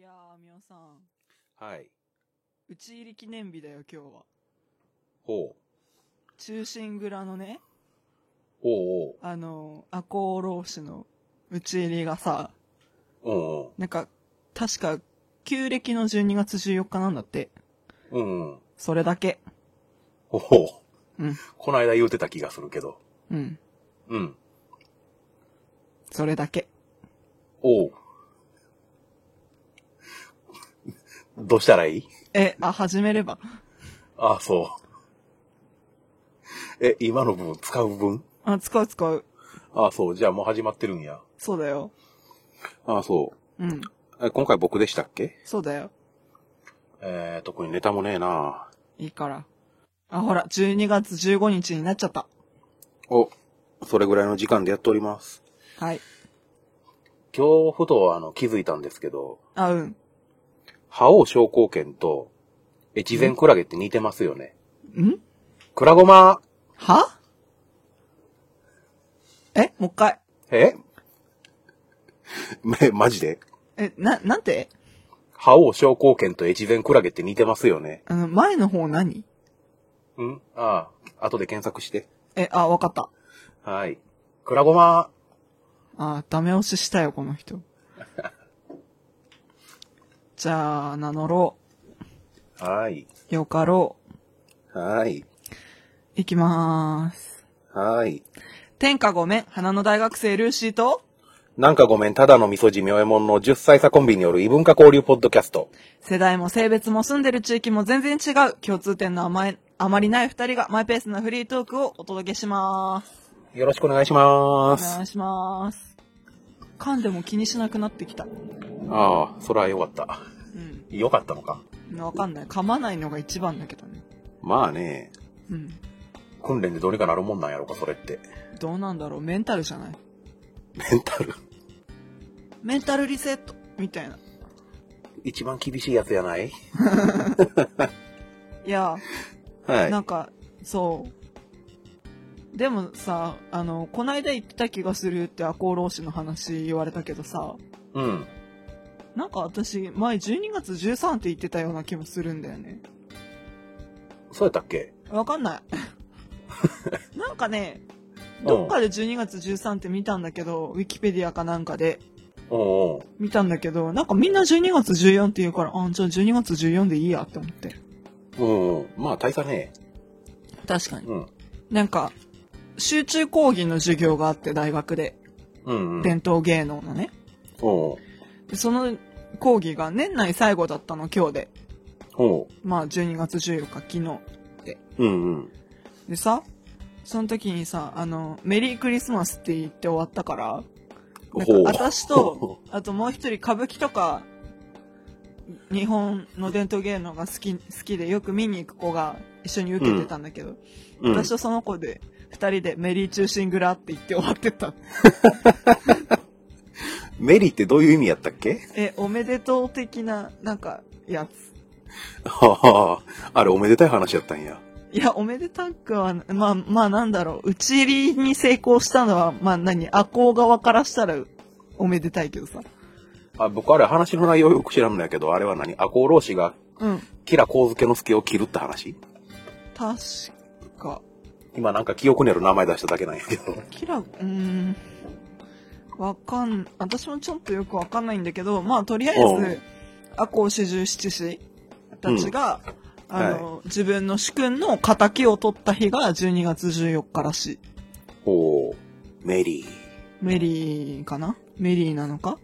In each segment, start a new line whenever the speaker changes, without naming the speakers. やー、みおさん。
はい。
打ち入り記念日だよ、今日は。
ほう。
中心蔵のね、
おう
あのー、赤穂浪士の打ち入りがさ、
おう。うんうん。
なんか、確か、旧暦の12月14日なんだって。
うんうん。
それだけ。
ほほ
うん。
こないだ言うてた気がするけど。
うん。
うん。
それだけ。
おう。 どうしたらいい
え、あ、始めれば。
あ、そう。え、今の部分使う部分
あ、使う使う。
あ、そう。じゃあもう始まってるんや。
そうだよ。
あ、そ
うん。
う。え今回僕でしたっけ
そうだよ。
えー、特にネタもねえない
いから。あ、ほら、12月15日になっちゃった。
お、それぐらいの時間でやっております。
はい。
今日ふとあの気づいたんですけど、
あ、うん。
覇王昇降剣と越前クラゲって似てますよね。
ん
クラゴマ
はえもう一回。
えめ、マジで
え、な、なんて
覇王昇降剣と越前クラゲって似てますよね。
あの、前の方何
んああ、後で検索して。
え、あ、わかった。
はい。クラゴマ
あ、ダメ押ししたよ、この人。 じゃあ、名乗ろ
はい。
う。よかろう。
はい。
いきまーす。
はい。
天下ごめん、花の大学生ルーシーと、
なんかごめん、ただの味噌汁妙えもんの10歳差コンビによる異文化交流ポッドキャスト。
世代も性別も住んでる地域も全然違う、共通点の甘え、あまりない二人がマイペースなフリートークをお届けしまーす。
よろしくお願いしま
お
す。
願いしまーす。噛んでも気にしなくなってきた。
ああ、それはよかった。
う
よかったのか。
ん。わかんない。噛まないのが一番だけどね。
まあね、
うん。
訓練でどうにかなるもんなんやろか、それって。
どうなんだろうメンタルじゃない
メンタル。
メンタルリセットみたいな。
一番厳しいやつやない
いや、
は
なんか、そう。でもさ、あの、こないだ言ってた気がするって赤穂浪士の話言われたけどさ、
うん。
なんか私、前12月13って言ってたような気もするんだよね。
そうやったっけ
わかん ない。なんかね、どっかで12月13って見たんだけど、ウィキペディアかなんかで
おうおう
見たんだけど、なんかみんな12月14って言うから、あ、じゃあ12月14でいいやって思って。
うんうん。まあ、大差ね
確か
え。
に。
うん。
なんか、集中講義の授業があって、大学で。
うんうん。
伝統芸能のね。
おう
でその講義が年内最後だったの、今日で。
おう。
まあ、12月14日、昨日。
うんうん。
でさ、その時にさ、あの、メリークリスマスって言って終わったから、なんか私 と、あともう一人歌舞伎とか、日本の伝統芸能が好き、好きでよく見に行く子が一緒に受けてたんだけど、
うん、
私とその子で、二人でメリー中心蔵って言って終わってた。
メリーってどういう意味やったっけ
え、おめでとう的な、なんか、やつ。
ああ、あれおめでたい話やったんや。
いや、おめでたくは、まあ、まあなんだろう。打ち入りに成功したのは、まあ何、アコ側からしたら、おめでたいけどさ。
あ僕あれ話の内容よく知らんのやけど、あれは何赤穂浪士が
うん。
キラ光介の助を切るって話
確か。
今なんか記憶にある名前出しただけなんや けど。
キラ、うーん。わかん、私もちょっとよくわかんないんだけど、まあとりあえ
お
ず
う、
アコ四十七士たちが、
うん
あの、自分の主君の仇を取った日が12月14日らしい。
おうメリー。
メリーかなメリーなのか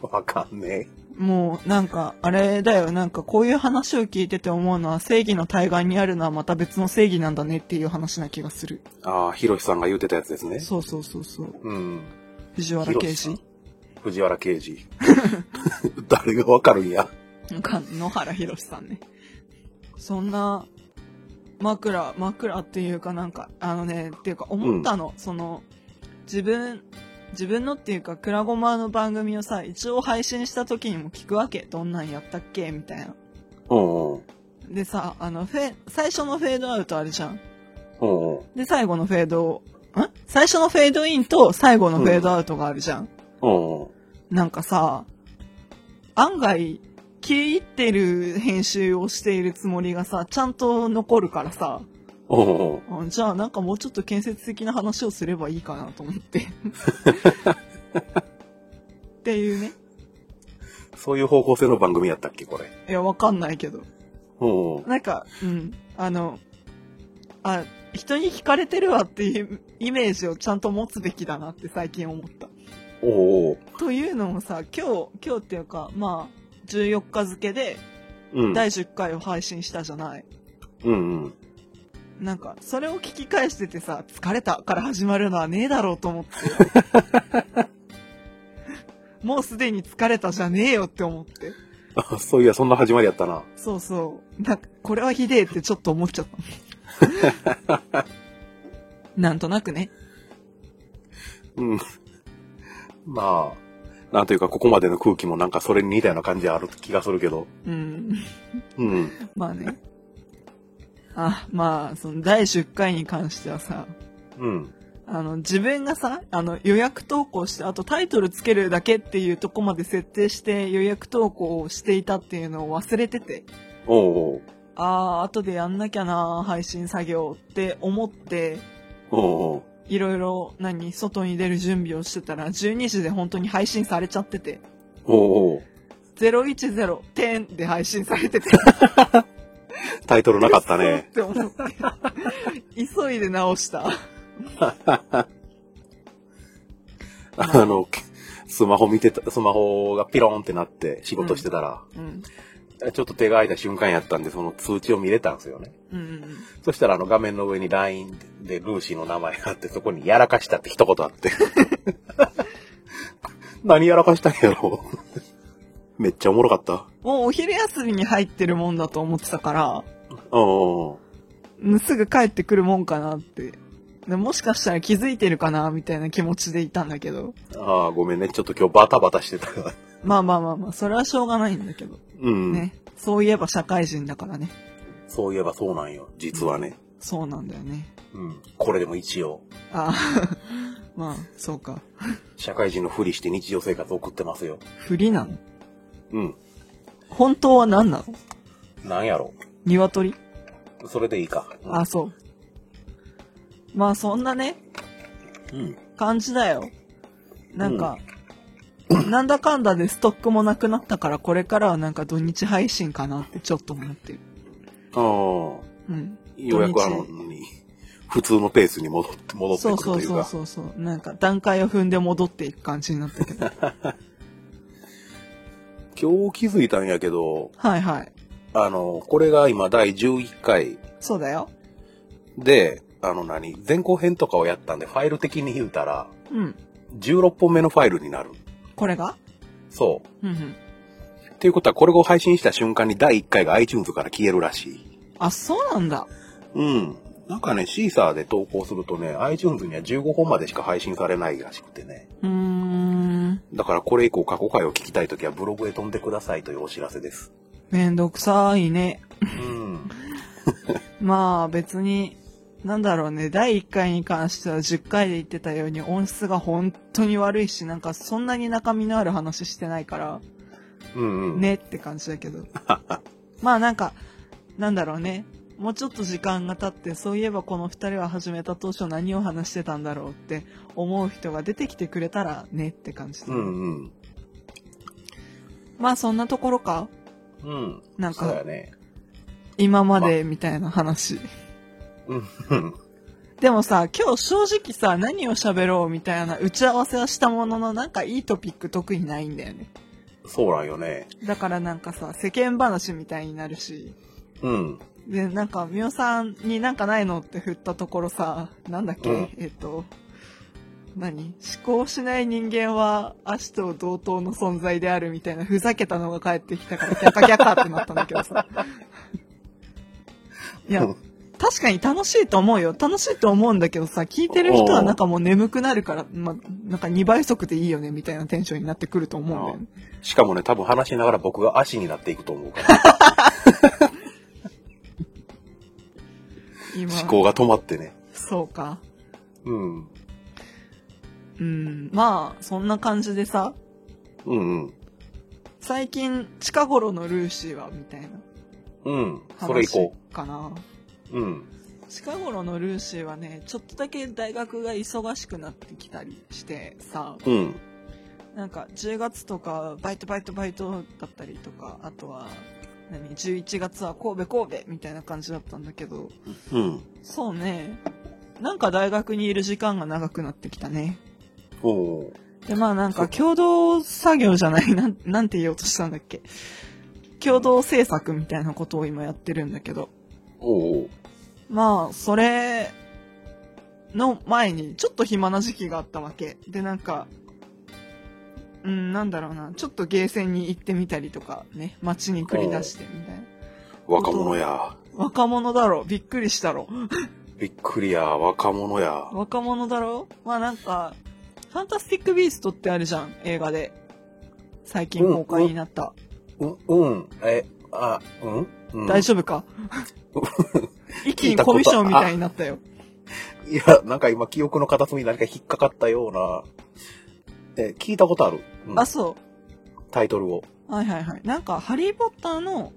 わかんね
もうなんかあれだよなんかこういう話を聞いてて思うのは正義の対岸にあるのはまた別の正義なんだねっていう話な気がする
え。ああ、ひろしさんが言うてたやつですね。
そうそうそうそう
うん。
藤原啓
ひろし
治
さん藤原刑事。誰がわかるんや。
なんか野原ひろしさんねそんな枕枕っていうかなんかあのねっていうか思ったの、その自分自分のっていうかクラゴマの番組をさ一応配信した時にも聞くわけどんなんやったっけみたいな
うんうん。
でさあのフェ最初のフェードアウトあるじゃん
うんうん。
で、最後のフェードを、ん最初のフェードインと最後のフェードアウトがあるじゃん。
うんうん。
なんかさ、案外、気入ってる編集をしているつもりがさ、ちゃんと残るからさ、
うんうん。
あじゃあなんかもうちょっと建設的な話をすればいいかなと思って。っていうね。
そういう方向性の番組やったっけ、これ。
いや、わかんないけど。
うんうん。
なんか、うん。あの、あ、人に惹かれてるわっていうイメージをちゃんと持つべきだなって最近思った。
おうおう。
というのもさ、今日、今日っていうか、まあ、14日付で
うん。
第10回を配信したじゃない。
うんうん。
なんか、それを聞き返しててさ、疲れたから始まるのはねえだろうと思って。 もうすでに疲れたじゃねえよって思って。
あそういや、そんな始まりやったな。
そうそう。なんか、これはひでえってちょっと思っちゃった。 なんとなくね。
うん。まあ、なんというか、ここまでの空気もなんかそれに似たような感じある気がするけど。
うん。
うん。
まあね。あ、まあ、その第10回に関してはさ、
うん。
あの、自分がさ、あの、予約投稿して、あとタイトルつけるだけっていうとこまで設定して予約投稿をしていたっていうのを忘れてて、
おうおう。
あー、後でやんなきゃな、配信作業って思って、
おうおう。
いろいろ、何、外に出る準備をしてたら、12時で本当に配信されちゃってて、
おうおう。
010、10で配信されてて、
タイトルなかったね。
そう って思って、急いで直した。
あの、けスマホ見てた、スマホがピローンってなって仕事してたら、
うん。
ちょっと手が空いた瞬間やったんで、その通知を見れたんですよね。
うんうんうん。
そしたらあの画面の上に LINE でルーシーの名前があって、そこにやらかしたって一言あ って。何やらかしたんやろめっちゃおもろかった。
もうお昼休みに入ってるもんだと思ってたから、
うんうんうん。
うんすぐ帰ってくるもんかなって。でもしかしたら気づいてるかなみたいな気持ちでいたんだけど。
ああ、ごめんね。ちょっと今日バタバタしてたから。
まあまあまあまあ、それはしょうがないんだけど。
うん。
ね。そういえば社会人だからね。
そういえばそうなんよ。実はね。
そうなんだよね。
うん。これでも一応、
ああ、まあ、そうか。
社会人のふりして日常生活送ってますよ。
不利なの
うん。
本当は何なの
なんやろ
鶏
う。それでいいか。うん
あ、そう。まあそんなね、
うん。
感じだよ。なんか、なんだかんだでストックもなくなったから、これからはなんか土日配信かなってちょっと思ってる。
ああ。よ
うん。
うやくあの、何普通のペースに戻って、戻ってく
そう
ると
そう
いう
そう
か。
そうそう。なんか段階を踏んで戻っていく感じになった けど。
今日気づいたんやけど、
はいはい。
あの、これが今第11回
そうだよ。
で、あの何、前後編とかをやったんで、ファイル的に言うたら、
うん。
16本目のファイルになる。
これが
そ
うんうん。
う。っていうことは、これを配信した瞬間に第1回が iTunes から消えるらしい。
あ、そうなんだ。
うん。なんかね、シーサーで投稿するとね、iTunes には15本までしか配信されないらしくてね。
うーん。
だからこれ以降過去回を聞きたいときはブログへ飛んでくださいというお知らせです。
めんどくさいね。
うん。
まあ別に、なんだろうね、第1回に関しては10回で言ってたように音質が本当に悪いし、なんかそんなに中身のある話してないから、
うんうん。。
ねって感じだけど。 まあなんか、なんだろうね。もうちょっと時間が経って、そういえばこの二人は始めた当初何を話してたんだろうって思う人が出てきてくれたらねって感じだ、
うん
まあそんなところか。
うん。うん。
なん
そうや
か、
ね。
今までみたいな話。
うん。
でもさ、今日正直さ、何を喋ろうみたいな打ち合わせはしたものの、なんかいいトピック特にないんだよね。
そうなんよね。
だからなんかさ、世間話みたいになるし。
うん。
で、なんか、みおさんになんかないのって振ったところさ、なんだっけ、
うん
えっと、何思考しない人間は足と同等の存在であるみたいなふざけたのが返ってきたから、ギャカギャカってなったんだけどさ。いや、確かに楽しいと思うよ。楽しいと思うんだけどさ、聞いてる人はなんかもう眠くなるから、まあ、なんか2倍速でいいよねみたいなテンションになってくると思うんだよね。
しかもね、多分話しながら僕が足になっていくと思うから、
今。
思考が止まってね。
そうか。
うん。
うん。まあ、そんな感じでさ、
うんうん。
最近、近頃のルーシーは、みたいな
うん。それ以
話
降。
かな。
うん。
近頃のルーシーはね、ちょっとだけ大学が忙しくなってきたりしてさ、
うん。
なんか10月とかバイトバイトバイトだったりとか、あとは、何、11月は神戸神戸みたいな感じだったんだけど、
うん。
そうね、なんか大学にいる時間が長くなってきたね。
おお。
で、まあなんか共同作業じゃない、なん、なんて言おうとしたんだっけ。共同制作みたいなことを今やってるんだけど、
おお。
まあ、それの前にちょっと暇な時期があったわけ。で、なんか、うん、なんだろうな、ちょっとゲーセンに行ってみたりとかね、街に繰り出してみたいな。
若者や。
若者だろ、びっくりしたろ。
びっくりや。若者や。
若者だろまあなんか、ファンタスティック・ビーストってあるじゃん、映画で。最近公開になった。
うん、うん。え、あ、うん、うん、
大丈夫 か一気にコミュ障みたいになったよ。
いや、なんか今記憶の片隅に何か引っかかったような。え、聞いたことある、うん
あ、そ
タイトルを。
う。はいはいはい。なんか、ハリー・ポッターの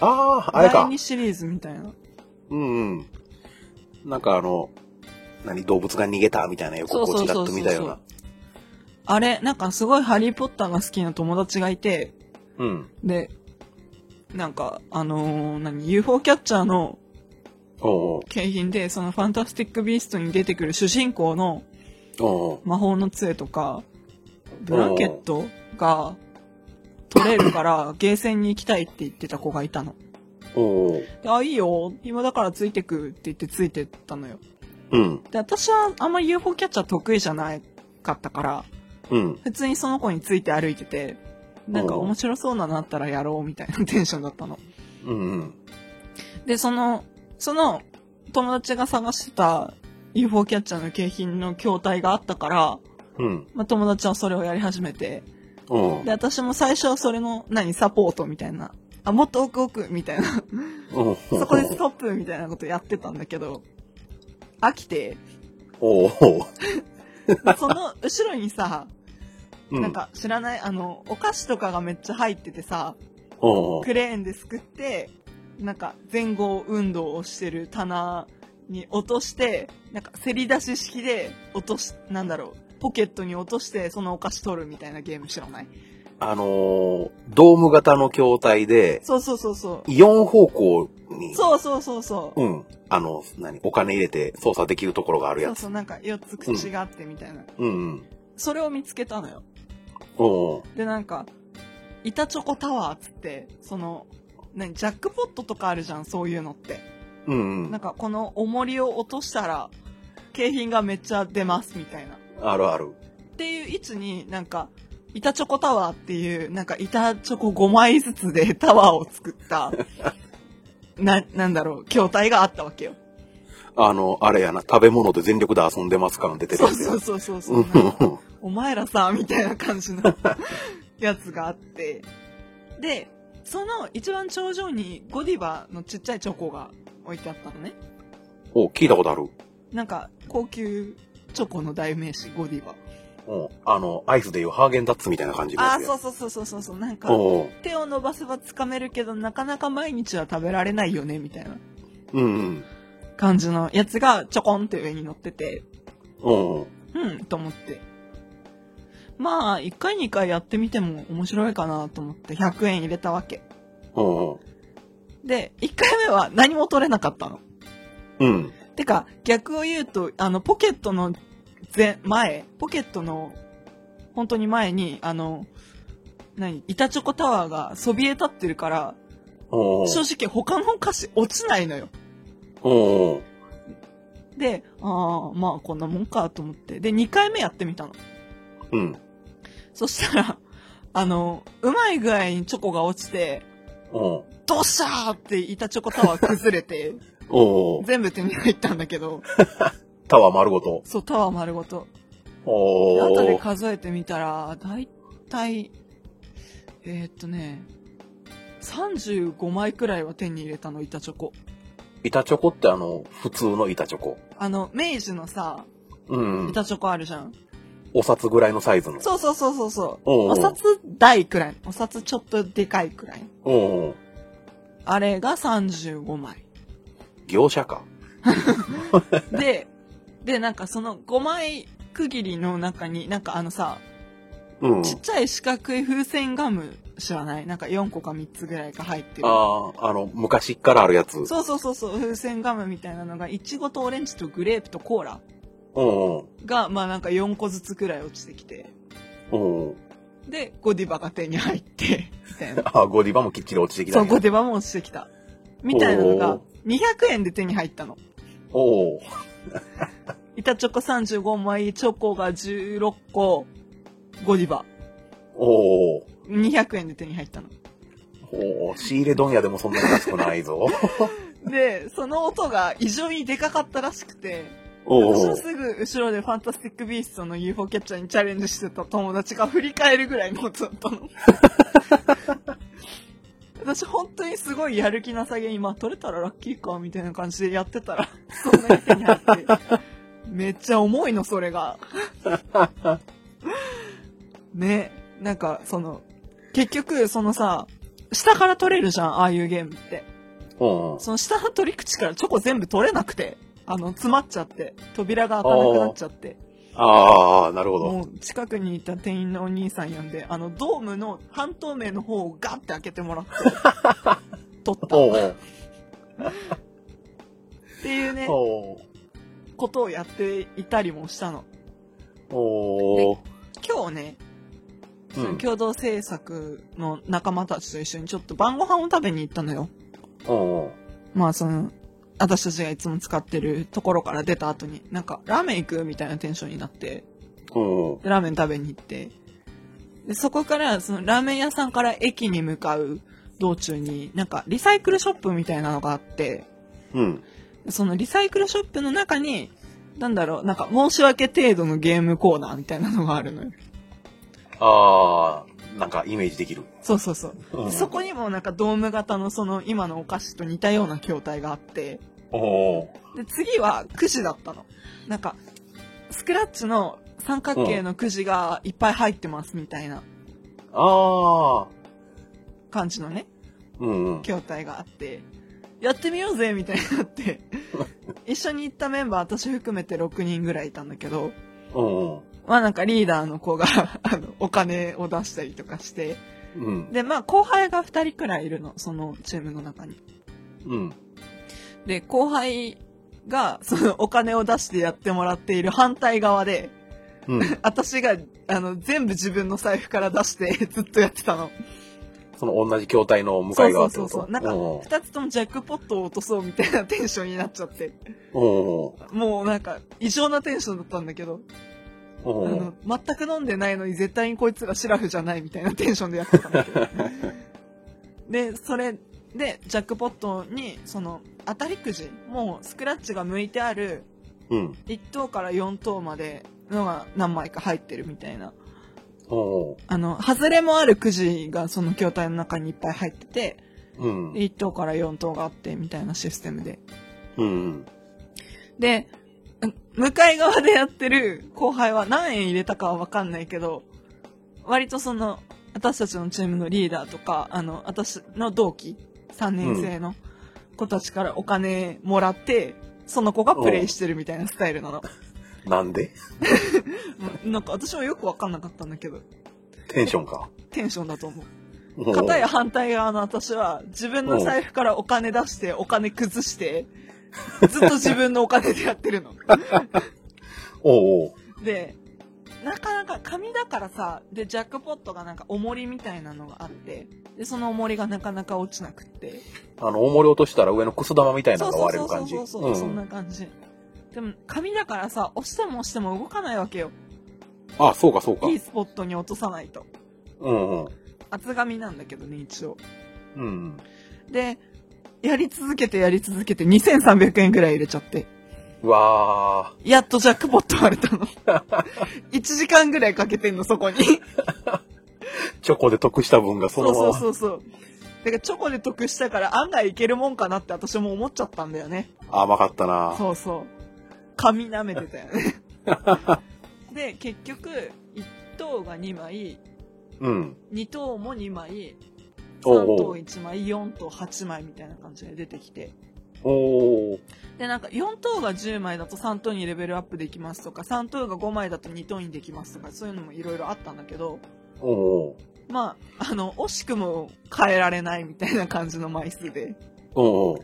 ああ、あれ
第
か
2。シリーズみたいな。
うんうん。なんかあの、何、動物が逃げたみたいな横をちらっと見たような。
あれ、なんかすごいハリー・ポッターが好きな友達がいて、
うん。
で、なんか、あのー何、UFO キャッチャーの
おう
景品で、そのファンタスティック・ビーストに出てくる主人公の
おうおう
魔法の杖とか、ブランケットが取れるから、ゲーセンに行きたいって言ってた子がいたの。
おう
であ、いいよ。今だからついてくって言ってついてったのよ。
うん。
で、私はあんま UFO キャッチャー得意じゃなかったから、
うん。
普通にその子について歩いてて、なんか
うん
面白そうなのあったらやろうみたいなテンションだったの。
うんうん。
で、その、その友達が探してた UFO キャッチャーの景品の筐体があったから、
うん。
まあ、友達はそれをやり始めて、
おう
で、私も最初はそれの、何、サポートみたいな。あ、もっと奥奥みたいな。
おう
そこでストップみたいなことやってたんだけど、飽き て、
おうおう
その後ろにさ、
う
なんか知らない、あの、お菓子とかがめっちゃ入っててさ、
おう
クレーンですくって、なんか前後運動をしてる棚に落として、なんか競り出し式で落とし、なんだろう、ポケットに落としてそのお菓子取るみたいなゲーム知らない
あのードーム型の筐体で、
そうそうそうそ
4方向に
う。、そうそうそうそう。
うん。あの、何、お金入れて操作できるところがある
そ
や
う
つ。
そう、なんか4つ口があってみたいな。
うんうん。
それを見つけたのよ。
おう
で、なんか、板チョコタワーっつって、その、何、ジャックポットとかあるじゃん、そういうのって。
うんう
なん
ん。
かこの重りを落としたら、景品がめっちゃ出ますみたいな。っ
あるある。
ていう位置になんか、板チョコタワーっていう、なんか板チョコ5枚ずつでタワーを作 った、な、なんだろう、筐体があったわけよ。
あの、あれやな、食べ物で全力で遊んでますから出てる
そ
や
う
つ
そ
や
う。そうそうそうう。
んうんうん
お前らさ、みたいな感じのやつがあって。で、その一番頂上にゴディバのちっちゃいチョコが置いてあったのね。
お聞いたことある。
なんか、高級チョコの代名詞、ゴディバ。
うん。あの、アイスでいうハーゲンダッツみたいな感じのや
あ
つ
ー、
や。
そうそうそうそうそうそう。なんか、
おう
手を伸ばせばつかめるけど、なかなか毎日は食べられないよね、みたいな
うんうん。
感じのやつがちょこんって上に乗ってて、
おう
うん、と思って。まあ、1回2回やってみても面白いかなと思って100円入れたわけ。
おう
で、1回目は何も取れなかったの。
うん。
てか、逆を言うと、あの、ポケットの前、前、ポケットの、本当に前に、あの、何、板チョコタワーがそびえ立ってるから、
おう
正直他のお菓子落ちないのよ。
おう
で、ああ、まあこんなもんかと思って。で、2回目やってみたの。
うん。
そしたら、あの、うまい具合にチョコが落ちて、
おう
どっしゃーって板チョコタワー崩れ て、
おう
全部手に入ったんだけど、
タワー丸ごと。
そう、タワー丸ごと。
お
で後で
お
数えてみたら、だいたい、えーっとね、35枚くらいは手に入れたの、板チョコ。
板チョコってあの、普通の板チョコ。
あの、明治のさ、
うんうん。
板チョコあるじゃん。
お札ぐらいのサイズの。
そうそうそうそうそう。
おうおう
お札大くらい。お札ちょっとでかいくらい。
うんうん。
あれが35枚。
業者か。
で、で、なんかその5枚区切りの中に、なんかあのさ、
うん。
ちっちゃい四角い風船ガム知らないなんか4個か3つぐらいか入ってる。
ああ、あの、昔っからあるやつ。
そうそうそうそう、風船ガムみたいなのが、いちごとオレンジとグレープとコーラ
うんうん。
が、まあなんか4個ずつくらい落ちてきて、
うんうん。
で、ゴディバが手に入って、み たいな。
ああ、ゴディバもきっちり落ちてきた
そう、
んや。
ゴディバも落ちてきた。みたいなのが
お、
200円で手に入ったの。
おお。
板チョコ35枚、チョコが16個、ゴディバ。
おお。
200円で手に入ったの。
おお。仕入れ問屋でもそんなに安くないぞ。
で、その音が異常にでかかったらしくて、
お
私の
お。
すぐ後ろでファンタスティックビーストの UFO キャッチャーにチャレンジしてた友達が振り返るぐらいの音だった の。私本当にすごいやる気なさげに、まあ取れたらラッキーか、みたいな感じでやってたら、そんなに手に入って。めっちゃ重いの、それ が。ね、なんかその、結局そのさ、下から取れるじゃん、ああいうゲームって。
うんうん。
その下の取り口からチョコ全部取れなくて、あの、詰まっちゃって、扉が開かなくなっちゃって、
ああ、なるほど。
もう近くにいた店員のお兄さん呼んで、あの、ドームの半透明の方をガッて開けてもらって、 取った
お
っ
うおう。
ていうね、
おう
ことをやっていたりもしたの。
おう。
今日ね、
う
その
ん。
共同制作の仲間たちと一緒にちょっと晩ご飯を食べに行ったのよ。
おう
まあその、私たちがいつも使ってるところから出た後に、なんか、ラーメン行くみたいなテンションになって、
おうんうん。
でラーメン食べに行って。で、そこから、そのラーメン屋さんから駅に向かう道中に、なんかリサイクルショップみたいなのがあって、
うん。
そのリサイクルショップの中に、なんだろう、なんか申し訳程度のゲームコーナーみたいなのがあるのよ。
ああ、なんかイメージできる。
そうそうそう。
うん
でそこにもなんかドーム型のその今のお菓子と似たような筐体があって、
おう
で、次はくじだったの。なんか、スクラッチの三角形のくじがいっぱい入ってますみたいな
おう。ああ。
感じのね。
うんうん。
筐体があって、やってみようぜみたいにな って、一緒に行ったメンバー私含めて6人ぐらいいたんだけど、
うんうん。
まあなんかリーダーの子が、 あの、お金を出したりとかして、
うん。
で、まあ後輩が2人くらいいるの、そのチームの中に。
うん。
で、後輩が、そのお金を出してやってもらっている反対側で、
うん。
私が、あの、全部自分の財布から出して ずっとやってたの。
その同じ筐体の向かい側ってこと
そうそうそうそうなんか
おう
2つともジャックポットを落とそうみたいなテンションになっちゃって。
おう
もうなんか、異常なテンションだったんだけど、
おう
あ
おう
の、全く飲んでないのに絶対にこいつらシラフじゃないみたいなテンションでやってたんだけ ど。で、それで、ジャックポットに、その、当たりくじ、もうスクラッチが向いてある
うん。
1等から4等までのが何枚か入ってるみたいな。
おう
あの、外れもあるくじがその筐体の中にいっぱい入ってて、
うん。
1等から4等があってみたいなシステムで。
うん。
で、向かい側でやってる後輩は何円入れたかはわかんないけど、割とその、私たちのチームのリーダーとか、あの、私の同期、3年生の子たちからお金もらって、その子がプレイしてるみたいなスタイルなの。
なんで
うんなんか私もよくわかんなかったんだけど、
テンションか。
テンションだと思う。
おう
片や反対側の私は、自分の財布からお金出して、お金崩して、ずっと自分のお金でやってるの。
おう
で、なかなか紙だからさ、で、ジャックポットがなんか重りみたいなのがあって、で、その重りがなかなか落ちなくって。
おうあの、重り落としたら上のくす玉みたいな
そ
の
う
が
そう
割れ
そうそ
る感
う
じ。
そうそう、そんな感じ。でも、紙だからさ、押しても押しても動かないわけよ。
あ、そうかそうか
い。いスポットに落とさないと。
うんうん。
厚紙なんだけどね、一応。
うん。
で、やり続けてやり続けて2300円ぐらい入れちゃって。
うわ
やっとジャックポット割れ たの。1時間ぐらいかけてんの、そこに。
ー、チョコで得した分がそ
そ
の
う
ま
そう
ま。
そうそう。だからチョコで得したから案外いけるもんかなって私も思っちゃったんだよね。
甘かったな。
そうそう。髪舐めてたよね。で結局1等が2枚
うん。
2等も2枚
おう
3
お
等
う
1枚4等8枚みたいな感じで出てきて
おー
でなんか4等が10枚だと3等にレベルアップできますとか3等が5枚だと2等にできますとかそういうのもいろいろあったんだけど
おお
まああの惜しくも変えられないみたいな感じの枚数で
おう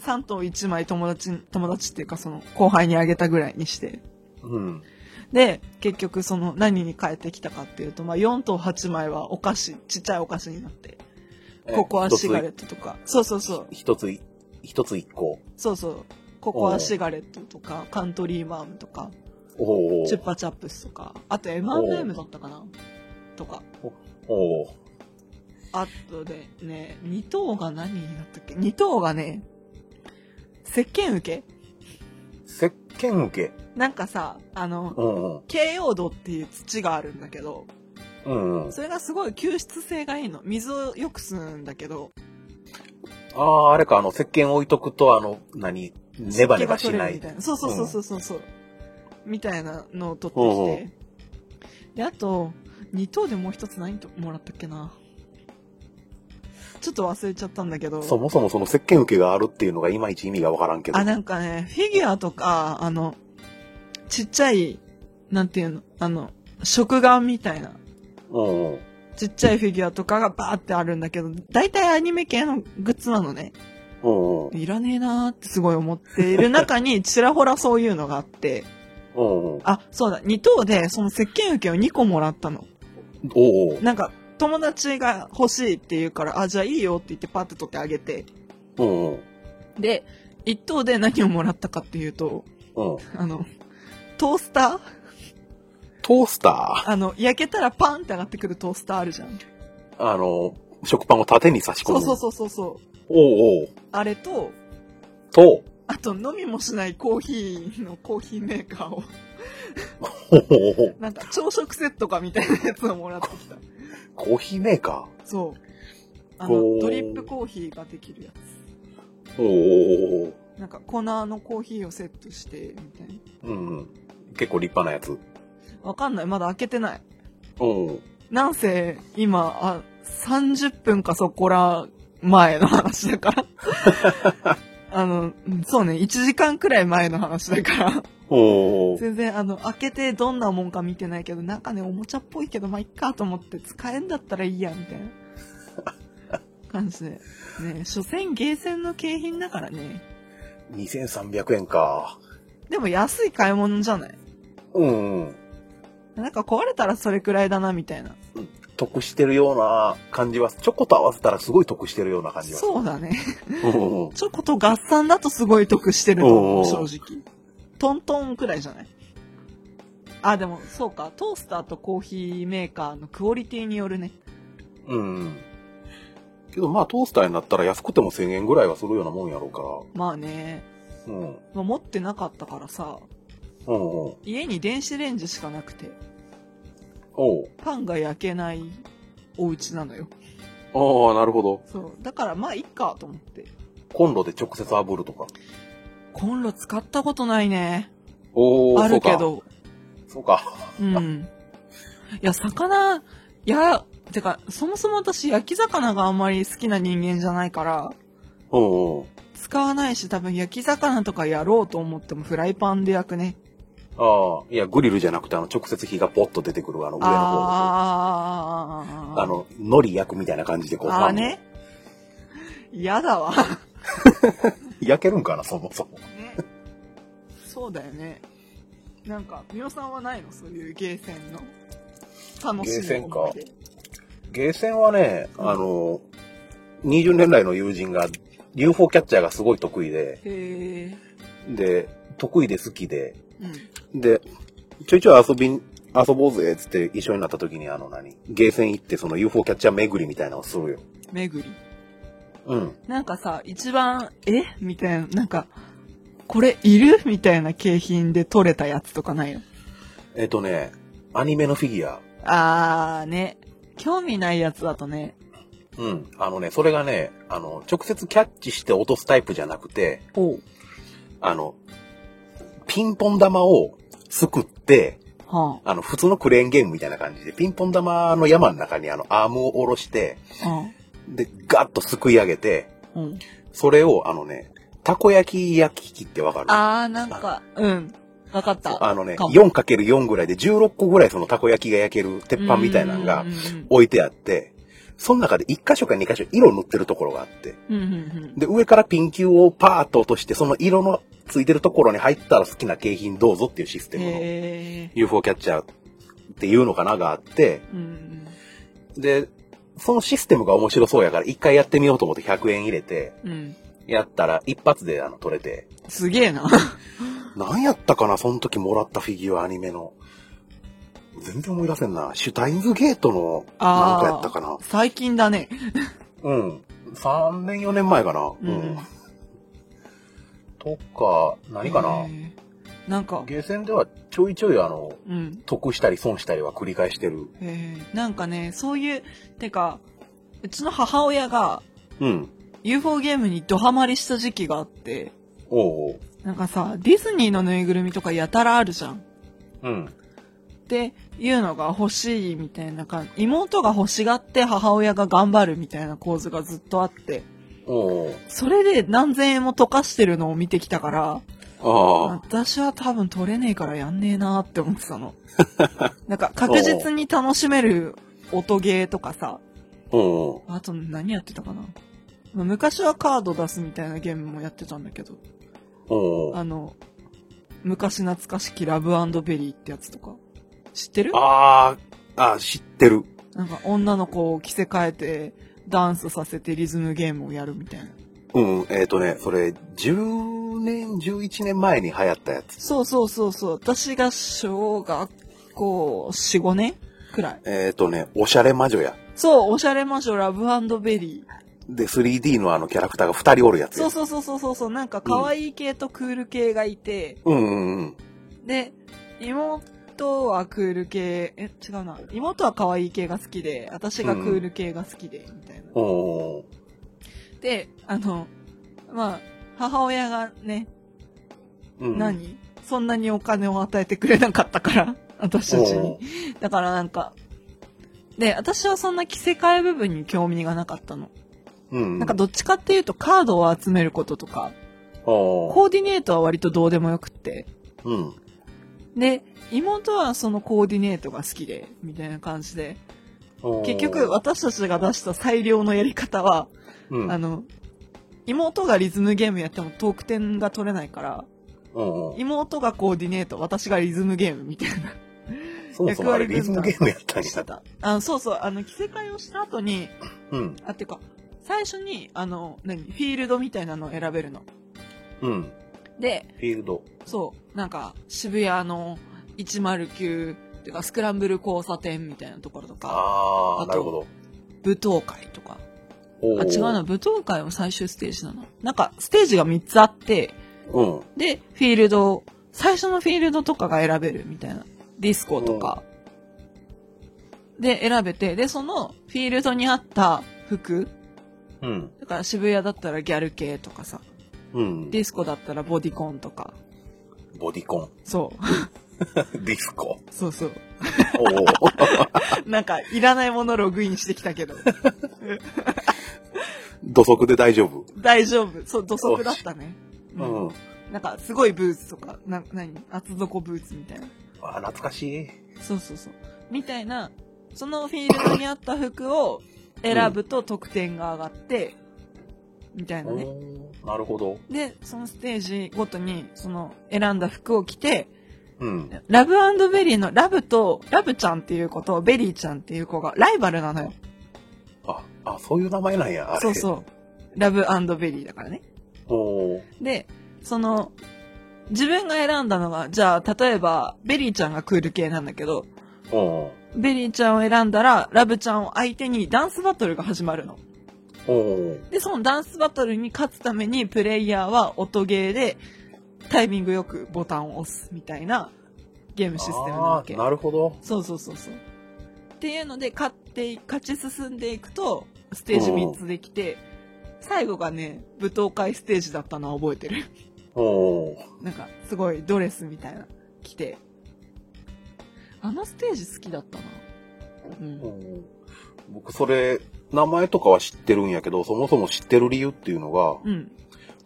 3等1枚友達に友達っていうかその後輩にあげたぐらいにして
おううん。
で、結局その何に変えてきたかっていうと、まあ4と8枚はお菓子、ちっちゃいお菓子になって、ココアシガレットとか、そうそうそう、
一つ、一つ、一つ一個。
そうそう、ココアシガレットとか、カントリーマームとか、
おうおう
チュッパチャップスとか、あと M&M だったかなとか、
おう
あとでね、2等が何になったっけ ?2 等がね、石鹸受け
石鹸受け。
なんかさ、あの、
うんうん。
慶応土っていう土があるんだけど、
うんうん。
それがすごい吸湿性がいいの。水をよく吸うんだけど、
ああ、あれか、あの、石鹸置いとくと、あの、何、ネバネバし
湿気が
な
取れるみ
い
た。いな。そうそうそうそうそう。うみたいなのを取ってきて。で、あと、2等でもう一つ何ともらったっけな。ちょっと忘れちゃったんだけど。
そもそもその石鹸受けがあるっていうのがいまいち意味がわからんけど。
あ、なんかね、フィギュアとか、あの、ちっちゃい、なんていうの、あの、食玩みたいな。
うんうん。
ちっちゃいフィギュアとかがバーってあるんだけど、大体アニメ系のグッズなのね。
うんうん。
いらねえなーってすごい思っている中に、 ちらほらそういうのがあって。
うんうん。
あ、そうだ、2等で、その石鹸受けを2個もらったの。
おうおう。
なんか、友達が欲しいって言うから、あ、じゃあいいよって言ってパッて取ってあげて。
うんうん。
で、1等で何をもらったかっていうと、
うん。
あの、トースター
トースタ
あの、焼けたらパンって上がってくるトースターあるじゃん。
ー、あの、食パンを縦に差し
そ
込む。
うそうそうそうそう。
おうおう。
あれと、
と、
あと飲みもしないコーヒーのコーヒーメーカーを、
ほうほうほう
なんか朝食セットかみたいなやつをもらってきた。
コーヒーメーカ
そう。あ
お
の、
ー
ドリップコーヒーができるやつ。
ー。おうおうおう
なんか粉のコーヒーをセットして、みたいな。
おう。うんうん。結構立派なやつ。
わかんない。まだ開けてない。
うん。
なんせ、今、あ、30分かそこら前の話だから。あの、うんそうね、1時間くらい前の話だから。
おうおう。
全然、あの、開けてどんなもんか見てないけど、なんかね、おもちゃっぽいけど、まあ、いっかと思って、使えんだったらいいや、みたいな。感じで。ね、所詮ゲーセンの景品だからね。
2300円か。
でも安い買い物じゃない
うんうん。
なんか壊れたらそれくらいだな、みたいな。
得してるような感じは、チョコと合わせたらすごい得してるような感じは。
そうだね。
うんうんうん。
チョコと合算だとすごい得してると思う、
おうおう
正直。トントンくらいじゃないあ、でも、そうか。トースターとコーヒーメーカーのクオリティによるね。
うんうん。けどまあトースターになったら安くても1000円ぐらいはするようなもんやろうか
まあね。
ら。うん。
まあ持ってなかったからさ、
うんうん。
家に電子レンジしかなくて、
おう。
パンが焼けないお家なのよ。
ああ、なるほど。
そう。だから、まあ、いっか、と思って。
コンロで直接炙るとか。
コンロ使ったことないね。
おお、
あるけ
そうか。
ど。
そうか。
うん。いや、魚、いや、てか、そもそも私焼き魚があんまり好きな人間じゃないから、
うんうん。
使わないし、多分焼き魚とかやろうと思ってもフライパンで焼くね。
ああ、いや、グリルじゃなくて、あの、直接火がポッと出てくる、あの、上の方
ああ、
あの、海苔焼くみたいな感じで、こう、
あ
パ
あ
ン
ね。嫌だわ。
焼けるんかな、そもそも。
ね。そうだよね。なんか、みおさんはないのそういうゲーセンの。楽しみ思い出。
ゲーセンはね、あの、20年来の友人が、UFO キャッチャーがすごい得意で、
へえ。
で、得意で好きで、
うん。
で、ちょいちょい遊びん、遊ぼうぜ、つって一緒になった時に、あの何、ゲーセン行って、その UFO キャッチャー巡りみたいなのをするよ。
巡り。
うん。
なんかさ、一番、えみたいな、なんか、これいるみたいな景品で取れたやつとかないの
えっ、とね、アニメのフィギュア。
あーね。興味ないやつだとね。
うん。あのね、それがね、あの、直接キャッチして落とすタイプじゃなくて、
おう。
あの、ピンポン玉をすくって、
は
あの、普通のクレーンゲームみたいな感じで、ピンポン玉の山の中にあの、アームを下ろして、
あ、は
で、ガッとすくい上げて、
あ、うん。
それをあのね、たこ焼き焼き器ってわかる
あー、なんか、うん。わかった。
あのね、
かも
4×4 ぐらいで16個ぐらいそのたこ焼きが焼ける鉄板みたいなのが
うんうん
置いてあって、その中で1箇所か2箇所色塗ってるところがあって、
うんうんうん
で、上からピン球をパーッと落として、その色のついてるところに入ったら好きな景品どうぞっていうシス
う
テ
ん。
ムの
へえ。
UFO キャッチャーっていうのかながあって、
うん
で、そのシステムが面白そうやから一回やってみようと思って100円入れて、
うん。うん。
やったら一発であの取れて、
すげえな。
何やったかなその時もらったフィギュアアニメの。全然思い出せんな。シュタインズゲートの、
あ
なん
ー
かやったかな
最近だね。
うん。3年4年前かな。うん。
うん
とか、何かな
へーなんか、
ゲーセンではちょいちょいあの、
うん。
得したり損したりは繰り返してる。
へえ。なんかね、そういう、てか、うちの母親が
うん。
UFO ゲームにドハマりした時期があって、
おうおう。
なんかさ、ディズニーのぬいぐるみとかやたらあるじゃん。っ
うん。
ていうのが欲しいみたいな感じ。妹が欲しがって母親が頑張るみたいな構図がずっとあって、
おう
それで何千円も溶かしてるのを見てきたから、
おう。ああ。
私は多分取れねえからやんねえなって思ってたの。なんか確実に楽しめる音ゲーとかさ、
おうおう。
あと何やってたかな。まあ昔はカード出すみたいなゲームもやってたんだけど、
おうおう。
あの、昔懐かしきラブベリーってやつとか、知ってる
ああ、あ知ってる。
なんか女の子を着せ替えて、ダンスさせてリズムゲームをやるみたいな。
うん。えっ、とね、それ、10年、11年前に流行ったやつ。
そうそうそうそう。私が小学校4、5年くらい。
えっ、とね、おしゃれ魔女や。
そう、おしゃれ魔女ラブベリー。
で、3D のあのキャラクターが2人おるやつや
そうそうそうそうそうそう。なんか可愛い系とクール系がいて、
うんうんうん。
で、妹はクール系、え、違うな。妹は可愛い系が好きで、私がクール系が好きで、みたいな。
おお
で、あの、まあ、母親がね、
ー。うん、
何そんなにお金を与えてくれなかったから、 私たち
お
に。だからなんか、で、私はそんな着せ替え部分に興味がなかったの。
うん。
なんかどっちかっていうとカードを集めることとか、
おー
コーディネートは割とどうでもよくって。
うん。
で、妹はそのコーディネートが好きで、みたいな感じで。
おー
結局、私たちが出した最良のやり方は、
うん、
あの、妹がリズムゲームやってもトーク点が取れないから、
おー
妹がコーディネート、私がリズムゲームみたいな。
そもそもあれリズムゲームやったん
して
や。
た。 あの、そうそう、あの、着せ替えをした後に、
うん。
あ、てか、最初に、あの、何、フィールドみたいなのを選べるの。
うん。
で、
フィールド。
そう、なんか、渋谷の109、てか、スクランブル交差点みたいなところとか、
あ
あ
ー、
と
なるほど。
舞踏会とか。
おー
あ、違うな、。舞踏会も最終ステージなの。なんか、ステージが3つあって、
うん。
で、フィールド、最初のフィールドとかが選べるみたいな。ディスコとか。で、選べて、で、そのフィールドに合った服。
うん。
だから渋谷だったらギャル系とかさ、
うん。
ディスコだったらボディコンとか。
ボデ ィコ
そう。
ン。ディスコ。
そう そう。
おー
なんか、いらないものログインしてきたけど。
土足で大丈夫。
大丈夫。そう、土足だったね。
うん。
なんか、すごいブーツとか、な、なに厚底ブーツみたいな。
あー、懐かしい。
そうそうそう。みたいな、そのフィールドに合った服を選ぶと得点が上がって、みたいな
お
ね。
ーなるほど。
で、そのステージごとに、その選んだ服を着て、
うん。
ラブベリーのラブと、ラブちゃんっていう子とベリーちゃんっていう子がライバルなのよ。
あ、あ、そういう名前なんや。あれ
そうそう。ラブベリーだからね。
おー
で、その、自分が選んだのが、じゃあ、例えば、ベリーちゃんがクール系なんだけど、
お
ベリーちゃんを選んだら、ラブちゃんを相手にダンスバトルが始まるの。
ーおー
で、そのダンスバトルに勝つために、プレイヤーは音ゲーで、タイミングよくボタンを押すみたいなゲームシステムなわけ
あー。なるほど。
そうそうそうそう。っていうので、勝ってい、勝ち進んでいくと、ステージ3つできて、最後がね、舞踏会ステージだったのは覚えてる。
おー
なんか、すごいドレスみたいな、着て。あのステージ好きだったな。うん。
うん僕、それ、名前とかは知ってるんやけど、そもそも知ってる理由っていうのが、
うん。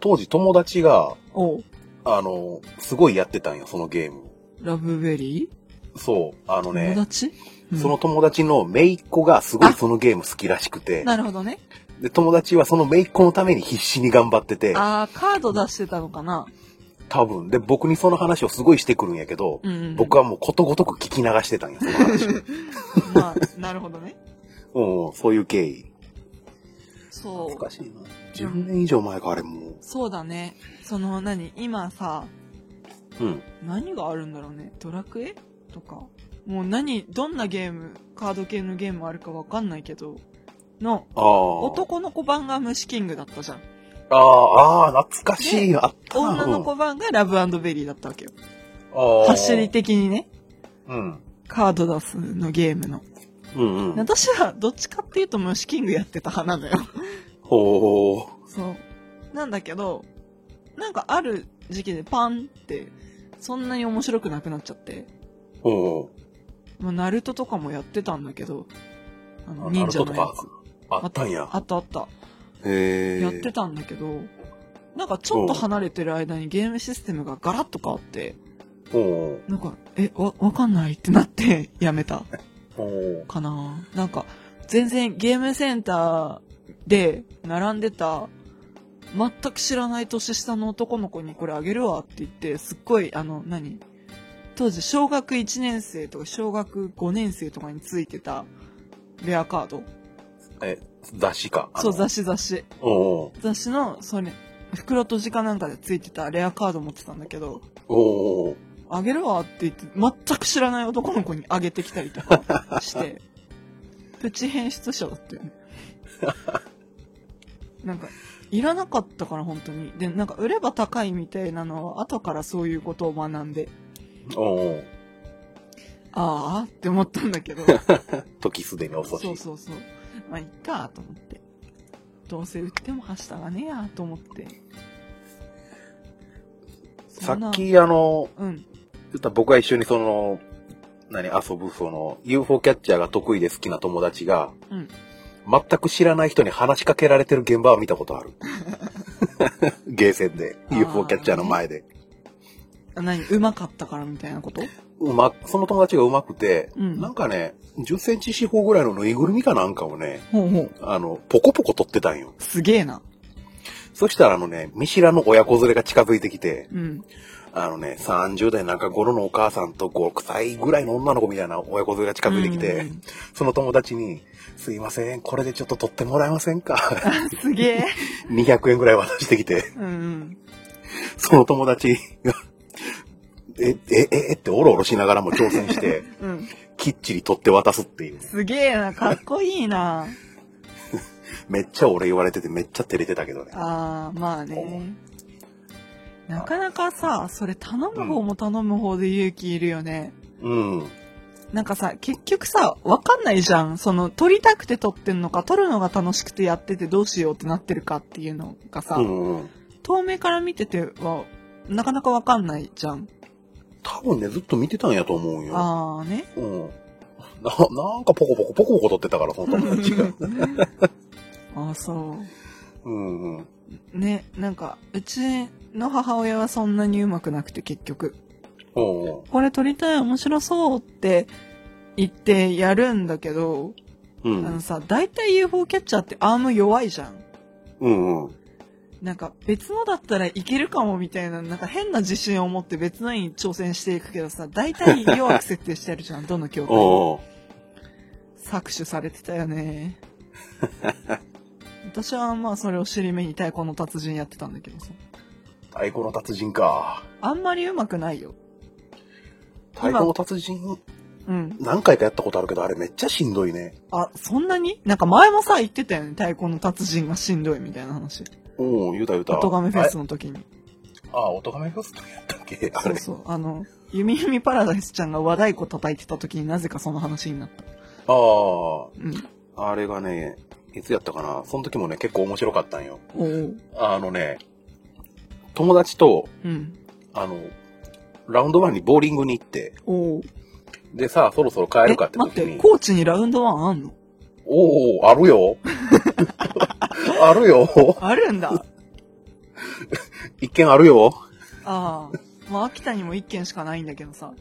当時友達が、
おう
あの、すごいやってたんよ、そのゲーム。
ラブベリ
そう、あ
ー、
のね
友、達、うん
その友達の姪っ子がすごいそのゲーム好きらしくて、
なるほどね。
で、友達はその姪っ子のために必死に頑張ってて、
あー、カード出してたのかな。
多分、で、僕にその話をすごいしてくるんやけど、
うん、うん。
僕はもうことごとく聞き流し てたんや、その話。
まあ、なるほどね。
うんうん、そういう経緯。
そ
懐
う。
かしいな。10年以上前か、あれも
そうだね。その、何今さ、
う。うん。
何があるんだろうね。ドラクエとか。もう何、どんなゲーム、カード系のゲームあるかわかんないけど、の、
ああ。
男の子版が虫キングだったじゃん。
ああ、ああ、懐かしいな。あったな
女の子版がラブベリーだったわけよ。
うん
走り。的にね、
ああうん。
カード出すのゲームの。
うんうん。
私はどっちかっていうと虫キングやってた派なのよ。
ほう。
そう。なんだけど、なんかある時期でパンって、そんなに面白くなくなっちゃって、
ほう。
まあ、ナルトとかもやってたんだけど、あの、
あ
忍者のや
ナルト
つ。
あったんや。
あったあった。
へえ。
やってたんだけど、なんかちょっと離れてる間にゲームシステムがガラッと変わって、
ほ
なんか、え、わ、わかんないってなってやめた。
う。ほう。
かななんか、全然ゲームセンターで並んでた、全く知らない年下の男の子にこれあげるわって言って、すっごい、あの、何当時、小学1年生とか小学5年生とかについてた、レアカード。
え、雑誌か。
そう、雑
誌。
誌雑誌。
ほう。
雑誌の、それ、袋閉じかなんかでついてたレアカード持ってたんだけど、
ほう。
あげるわって言って、全く知らない男の子にあげてきたりとか して、プチ変質者だったよね。なんか、いらなかったから本当に。で、なんか売れば高いみたいなのは後からそういうことを学んで、
ほ
ああって思ったんだ けど、
う。時すでに遅
そう
し。
そうそう。まあ、いっかと思って。どうせ売ってもはしたがねえやと思って。
さ
そんな
っ。き、あの、
うん。
言った僕が一緒にその、何、遊ぶ、その、UFO キャッチャーが得意で好きな友達が、
うん。
全く知らない人に話しかけられてる現場は見たこと ある。ゲーセンで、
あー
UFO キャッチャーの前で。
あ何うまかったからみたいなこと
うま、その友達がうまくて、
うん
なんかね、10センチ四方ぐらいのぬいぐるみかなんかをね、
ほうほう。
あの、ポコポコ取ってたんよ。
すげえな。
そしたらあのね、見知らぬ親子連れが近づいてきて、
うん。
あのね、30代中頃のお母さんと5歳ぐらいの女の子みたいな親子連れが近づいてき
う
て、
ん
その友達に、すいません、これでちょっと取ってもらえませんか
すげえ。
?200 円ぐらい渡してきて、
うん。
その友達が、え、え、え、えっておろおろしながらも挑戦して、
うん。
きっちり取って渡すっていう。
すげえな。かっこいいな。
めっちゃ俺言われててめっちゃ照れてたけどね。
あー、まあね。なかなかさ、それ頼む方も頼む方で勇気いるよね。
うん。
なんかさ、結局さ、わかんないじゃん。その、撮りたくて撮ってんのか、撮るのが楽しくてやっててどうしようってなってるかっていうのがさ、
うんうん。
透明から見てては、なかなかわかんないじゃん。
多分ね、ずっと見てたんやと思うよ。
あー ね。
うん。な、なんかポコポコポコポコ取ってたから、その友達が。
あー、そう。
うんうん。
ねなんかうちの母親はそんなにうまくなくて結局
うんうん。
これ撮りたい面白そうって言ってやるんだけど、
う
あの
ん
さ大体 UFO キャッチャーってアーム弱いじゃん
うんうん。
なんか別のだったらいけるかもみたいななんか変な自信を持って別のに挑戦していくけどさ大体弱く設定してあるじゃんどの教会も
お
搾取されてたよね私はまあそれを尻目に太鼓の達人やってたんだけどさ
太鼓の達人か。
あんまりうまくないよ
太鼓の達人、
うん
何回かやったことあるけど、あれめっちゃしんどいね。
あ、そんなになんか前もさ、言ってたよね。太鼓の達人がしんどいみたいな話。
うん、言うた言うた。
おとがめフェスの時に。
ああ、おとがめフェスやったっけあ
そ
れ
う。そう。あの、弓弓パラダイスちゃんが和太鼓叩いてた時になぜかその話になった。
あ
うん。
あ、あれがね、いつやったかな。その時もね、結構面白かったんよ。
おう
あのね、友達と、
うん。
あの、ラウンドワンにボーリングに行って、
おう
でさ、そろそろ帰るかっ
え
て
待
時
って、
に。
高知にラウンドワンあんの
おお、あ るよ。あるよ。
あるんだ。あ
一見あるよ。
あ。まあ、秋田にも一軒しかないんだけどさ。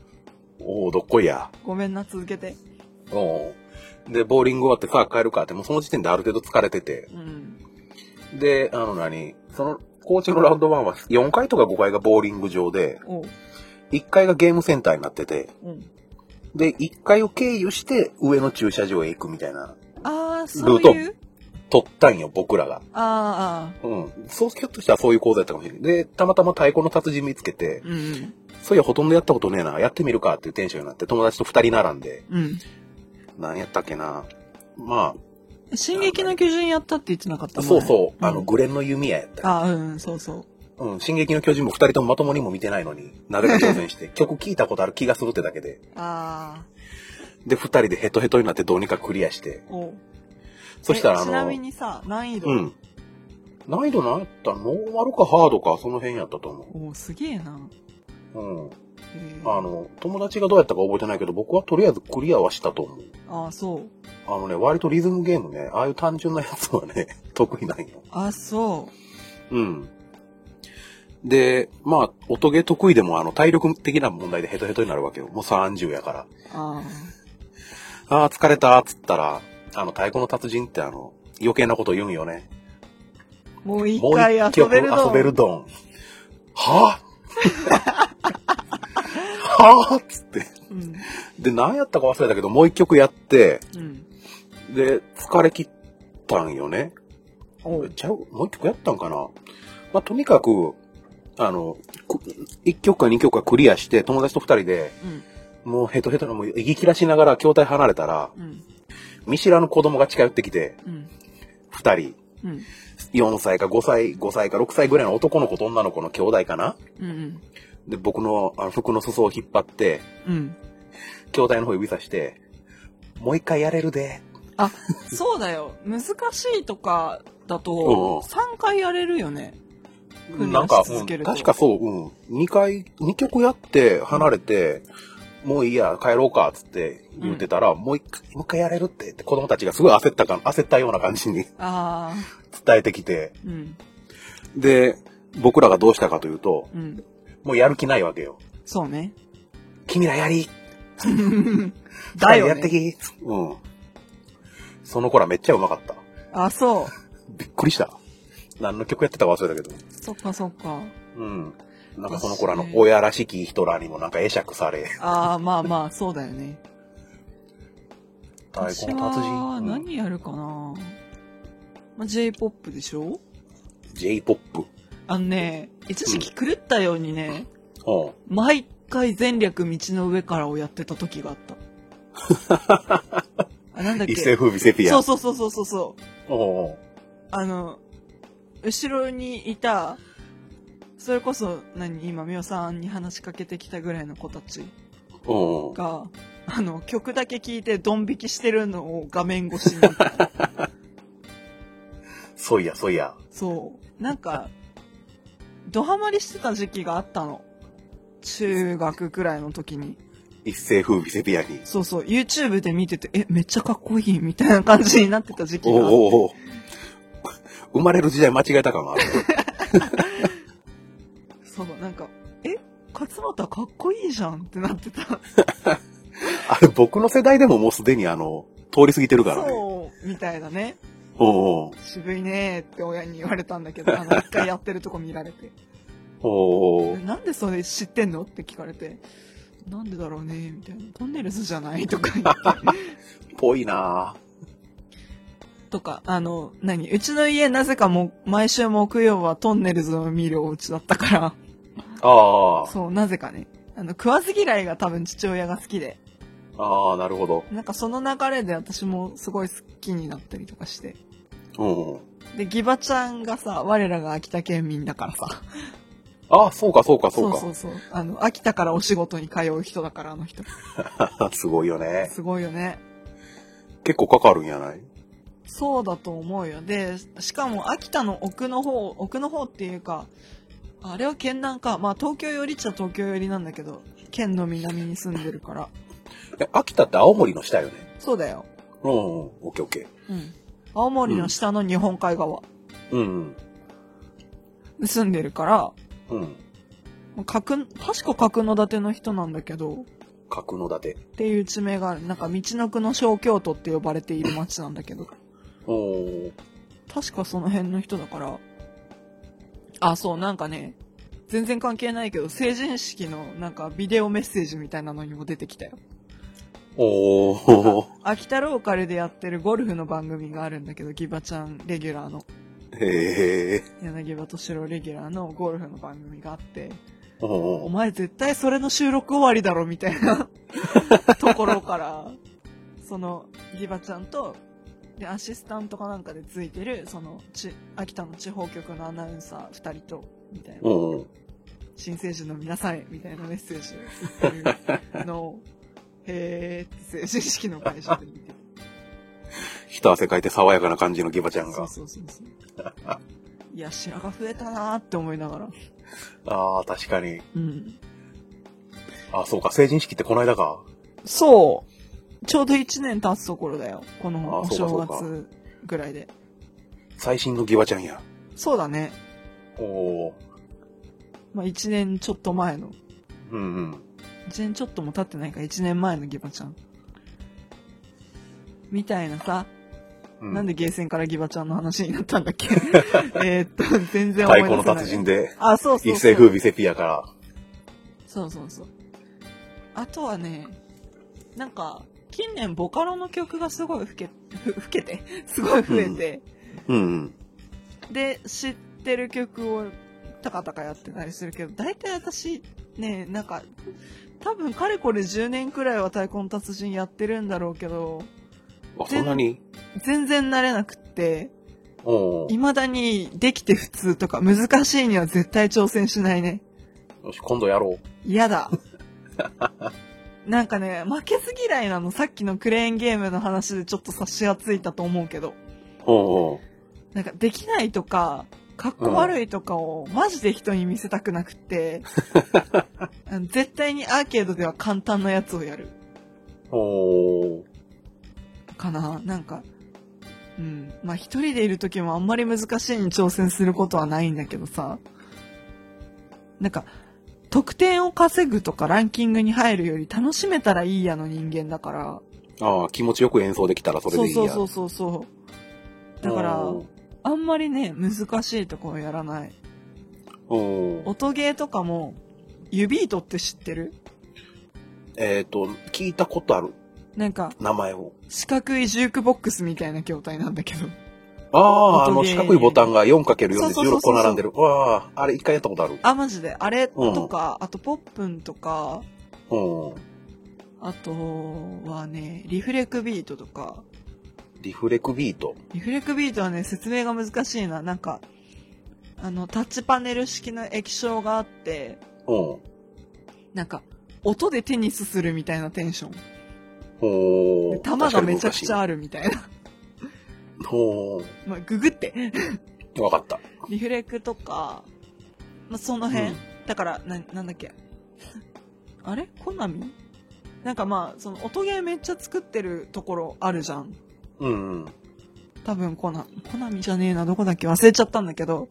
おお、どっこいや。
ごめんな、続けて。
おん。で、ボーリング終わってさ、帰るかって、もうその時点である程度疲れてて。
うん。
で、あの何、その、高知のラウンドワンは4階とか5階がボーリング場で、
おう。
1階がゲームセンターになってて、
うん。
で、1階を経由して上の駐車場へ行くみたいな、
ああ、そういう。
取ったんよ、僕らが。
あーあ
うん。そう、ひょっとしたらそういう講座やったかもしれない。で、たまたま太鼓の達人見つけて
ー。、うん。
そういや、ほとんどやったことねえな、やってみるかっていうテンションになって、友達と2人並んで、
うん。
何やったっけな。ま
進撃の巨人やったって言ってなかっ
あ、
た
そうそう、あの、
ん
グレンの弓矢やった。
あーうん、そうそう。
うん、進撃の巨人も2人ともまともにも見てないのに、なぜか挑戦して、曲聴いたことある気がするってだけで、
あ
で、2人でヘトヘトになってどうにかクリアして、
あ。おう。
そしたら
え
あ
ちなみ
の、
にさ、難易度。
う。ん。難易度何やったノーマルかハードか、その辺やったと思
おう、すげえな。
う。うん。
えー、
あの、友達がどうやったか覚えてないけど、僕はとりあえずクリアはしたと思う。
ああ、そう。
あのね、割とリズムゲームね、ああいう単純なやつはね、 得意なんよ。
あ、そ
うん。で、まあ、音ゲー得意でも、あの、体力的な問題でヘトヘトになるわけよ。もう30やから。
う。あ
ああ、疲れた、っつったら、あの、太鼓の達人ってあの、余計なこと言うんよね。
あ。もう一
もう
回
一
遊
曲
べるの。
遊べるドン。は ぁはぁっつって。
うん。
で、何やったか忘れたけど、もう一曲やって、
うん。
で、疲れ切ったんよね。
おう。
ちゃうもう一曲やったんかなまあ、とにかく、あの、く一曲か二曲かクリアして、友達と二人で、
うん。
もうヘトヘトの、もう息切らしながら、筐体離れたら、
うん。
見知らぬ子供が近寄ってきて、
うん。
二人、
うん。
4歳か5歳、5歳か6歳ぐらいの男の子と女の子の兄弟かな
うん。
で、僕のあの服の裾を引っ張って、
うん。
兄弟の方指さして、もう一回やれるで。
あ、そうだよ。難しいとかだ
うんうん
と、3回やれるよね。クリ
な
ア
んか
し、
う
続
ん
けると
確かそう、うん。2回、二曲やって離れて、もういいや、帰ろうか、つって言ってたら、もう一回、もう一回やれるって、って子供たちがすごい焦ったか、焦ったような感じに
ああ。
伝えてきて、
うん。
で、僕らがどうしたかというと、
うん。
もうやる気ないわけよ。
そうね。
君らやり
だよ、ね。
やってきうん。その子らめっちゃうまかった。
あ、そう。
びっくりした。何の曲やってたか忘れたけど。
そっかそっか。
うん。なんかその子らの親らしき人らにもなんか会釈され。
ああ、まあまあ、そうだよね。
太
私
鼓の達人。
は
うん
何やるかな、まあ、J-POP でしょ
J-POP。
あのね、一時期狂ったようにね、
うん。
毎回前略道の上からをやってた時があった。 あなんだっけ
一世風靡セピア。
そうそうそうそうそうそう。
おうおう
あの、後ろにいた、それこそ、何、今、みおさんに話しかけてきたぐらいの子たち
おうおう
が、あの、曲だけ聴いてドン引きしてるのを画面越しに見て
そういや、そういや。
そう。なんか、ドハマりしてた時期があったの。中学くらいの時に。
一世風靡セピアに。
そうそう、YouTube で見てて、え、めっちゃかっこいいみたいな感じになってた時期
おう
があっ
おうおう生まれる時代間違えた感があ る。
た。そう、なんか、え、勝俣かっこいいじゃんってなってた。
あれ、僕の世代でももうすでにあの、通り過ぎてるからね。
そう、みたいなね。
おうおう
渋いねーって親に言われたんだけど、あの、一回やってるとこ見られて。
おうおう
なんでそれ知ってんのって聞かれて。なんでだろうねーみたいな。トンネルズじゃないとか言って。
ぽいな
とか、あの、何うちの家なぜかもう毎週木曜はトンネルズを見るお家だったか
ああ
ら、 そう、なぜかね。あの、食わず嫌いが多分父親が好きで、
ああ、なるほど。
なんかその流れで私もすごい好きになったりとかして。
うん。
で、ギバちゃんがさ、我らが秋田県民だからさ。
ああ、そうか、そうか、そうか。
そうそうそうあの、秋田からお仕事に通う人だから、あの人。
すごいよね。
すごいよね。
結構かかるんやない
そうだと思うよ。で、しかも秋田の奥の方、奥の方っていうか、あれは県南か。まあ東京寄りっちゃ東京寄りなんだけど、県の南に住んでるから。
え秋田って青森の下よね。
そうだよ。
うん、うん、オッケーオッケ
うん。青森の下の日本海側、
ー。うん、
住んでるから、
うん、うん。
角、確か角館の人なんだけど、
角野立て。
っていう地名がある。なんか、道の区の小京都って呼ばれている町なんだけど、
おー
確かその辺の人だから、あ、そう、なんかね、全然関係ないけど、成人式のなんかビデオメッセージみたいなのにも出てきたよ。
おー
秋田ローカルでやってるゴルフの番組があるんだけど、ギバちゃんレギュラーの、
へえ。
柳葉敏郎レギュラーのゴルフの番組があって、お
おー
前絶対それの収録終わりだろみたいなところから、そのギバちゃんと、で、アシスタントかなんかでついてる、その、ち、秋田の地方局のアナウンサー二人と、みたいな、
うんうん。
新成人の皆さんへ、みたいなメッセージを送っていうのを、へーって成人式の会社で見て。
一汗かいて爽やかな感じのギバちゃん
そ
が
う。そうそうそう。いや、白が増えたなーって思いながら。
ああ、確かに。
うん。
あそうか、成人式ってこの間か。
そう。ちょうど1年経つところだよ。この
あ
お
ーそうか
正
そう
月ぐらいで。
最新のギバちゃんや。
そうだね。
おお
まあ1年ちょっと前の。
ーうんうん。
1年ちょっとも経ってないから1年前のギバちゃん。みたいなさ。
うん、
なんでゲーセンからギバちゃんの話になったんだ っけえーっと、全然思い出せ
太
ない。
鼓の達人で、
あ、そうそうそう。
一世風靡セピアから。
そうそうそう。あとはね、なんか、近年ボカロの曲がすごい老け、ふ老けて、 すごい増えて、
うんうん。
で、知ってる曲をたかたかやってたりするけど、大体私、ね、なんか、多分かれこれ10年くらいは太鼓の達人やってるんだろうけど、
あ、そんなに
全然慣れなくって、
おおー
未だにできて普通とか難しいには絶対挑戦しないね。
よし、今度やろ
嫌だ。なんかね、負けず嫌いなの。さっきのクレーンゲームの話でちょっと差しがついたと思うけど。
う。おうおう
なんかできないとか、かっこ悪いとかをマジで人に見せたくなくって、あの絶対にアーケードでは簡単なやつをやる。
おう
かな。なんか、うん。まあ一人でいる時もあんまり難しいに挑戦することはないんだけどさ。なんか、得点を稼ぐとかランキングに入るより楽しめたらいいやの人間だから。
ああ、気持ちよく演奏できたらそれでいいや。
そうそうそうそうそう。だから、
おう
あんまりね、難しいところやらない。
おう
音ゲーとかも、ユビートって知ってる
えっ、と、聞いたことある
なんか、
名前を。
四角いジュークボックスみたいな筐体なんだけど。
ああ、あ
音
の
ゲー
四角いボタンが 4×4 で
そうそうそう
16
そ
個
う
並んでる。わあ、あれ一回やったことある。
あ、マジで。あれとか、あとポップンとか、
うん。
あとはね、リフレクビートとか。
リフレクビート。
リフレクビートはね、説明が難しいな。なんか、あの、タッチパネル式の液晶があって、
うん。
なんか、音でテニスするみたいなテンション。
おー
弾がめちゃくちゃ
確か
あるみたいな。
に難しいおー
まあ、ググって。
わかった。
リフレクとか、まあ、その辺。
うん
だから、な、なんだっけ。あれコナミなんかまあ、その音ゲーめっちゃ作ってるところあるじゃん。
うん、
多分コナ、コナミじゃねえな、どこだっけ忘れちゃったんだけど。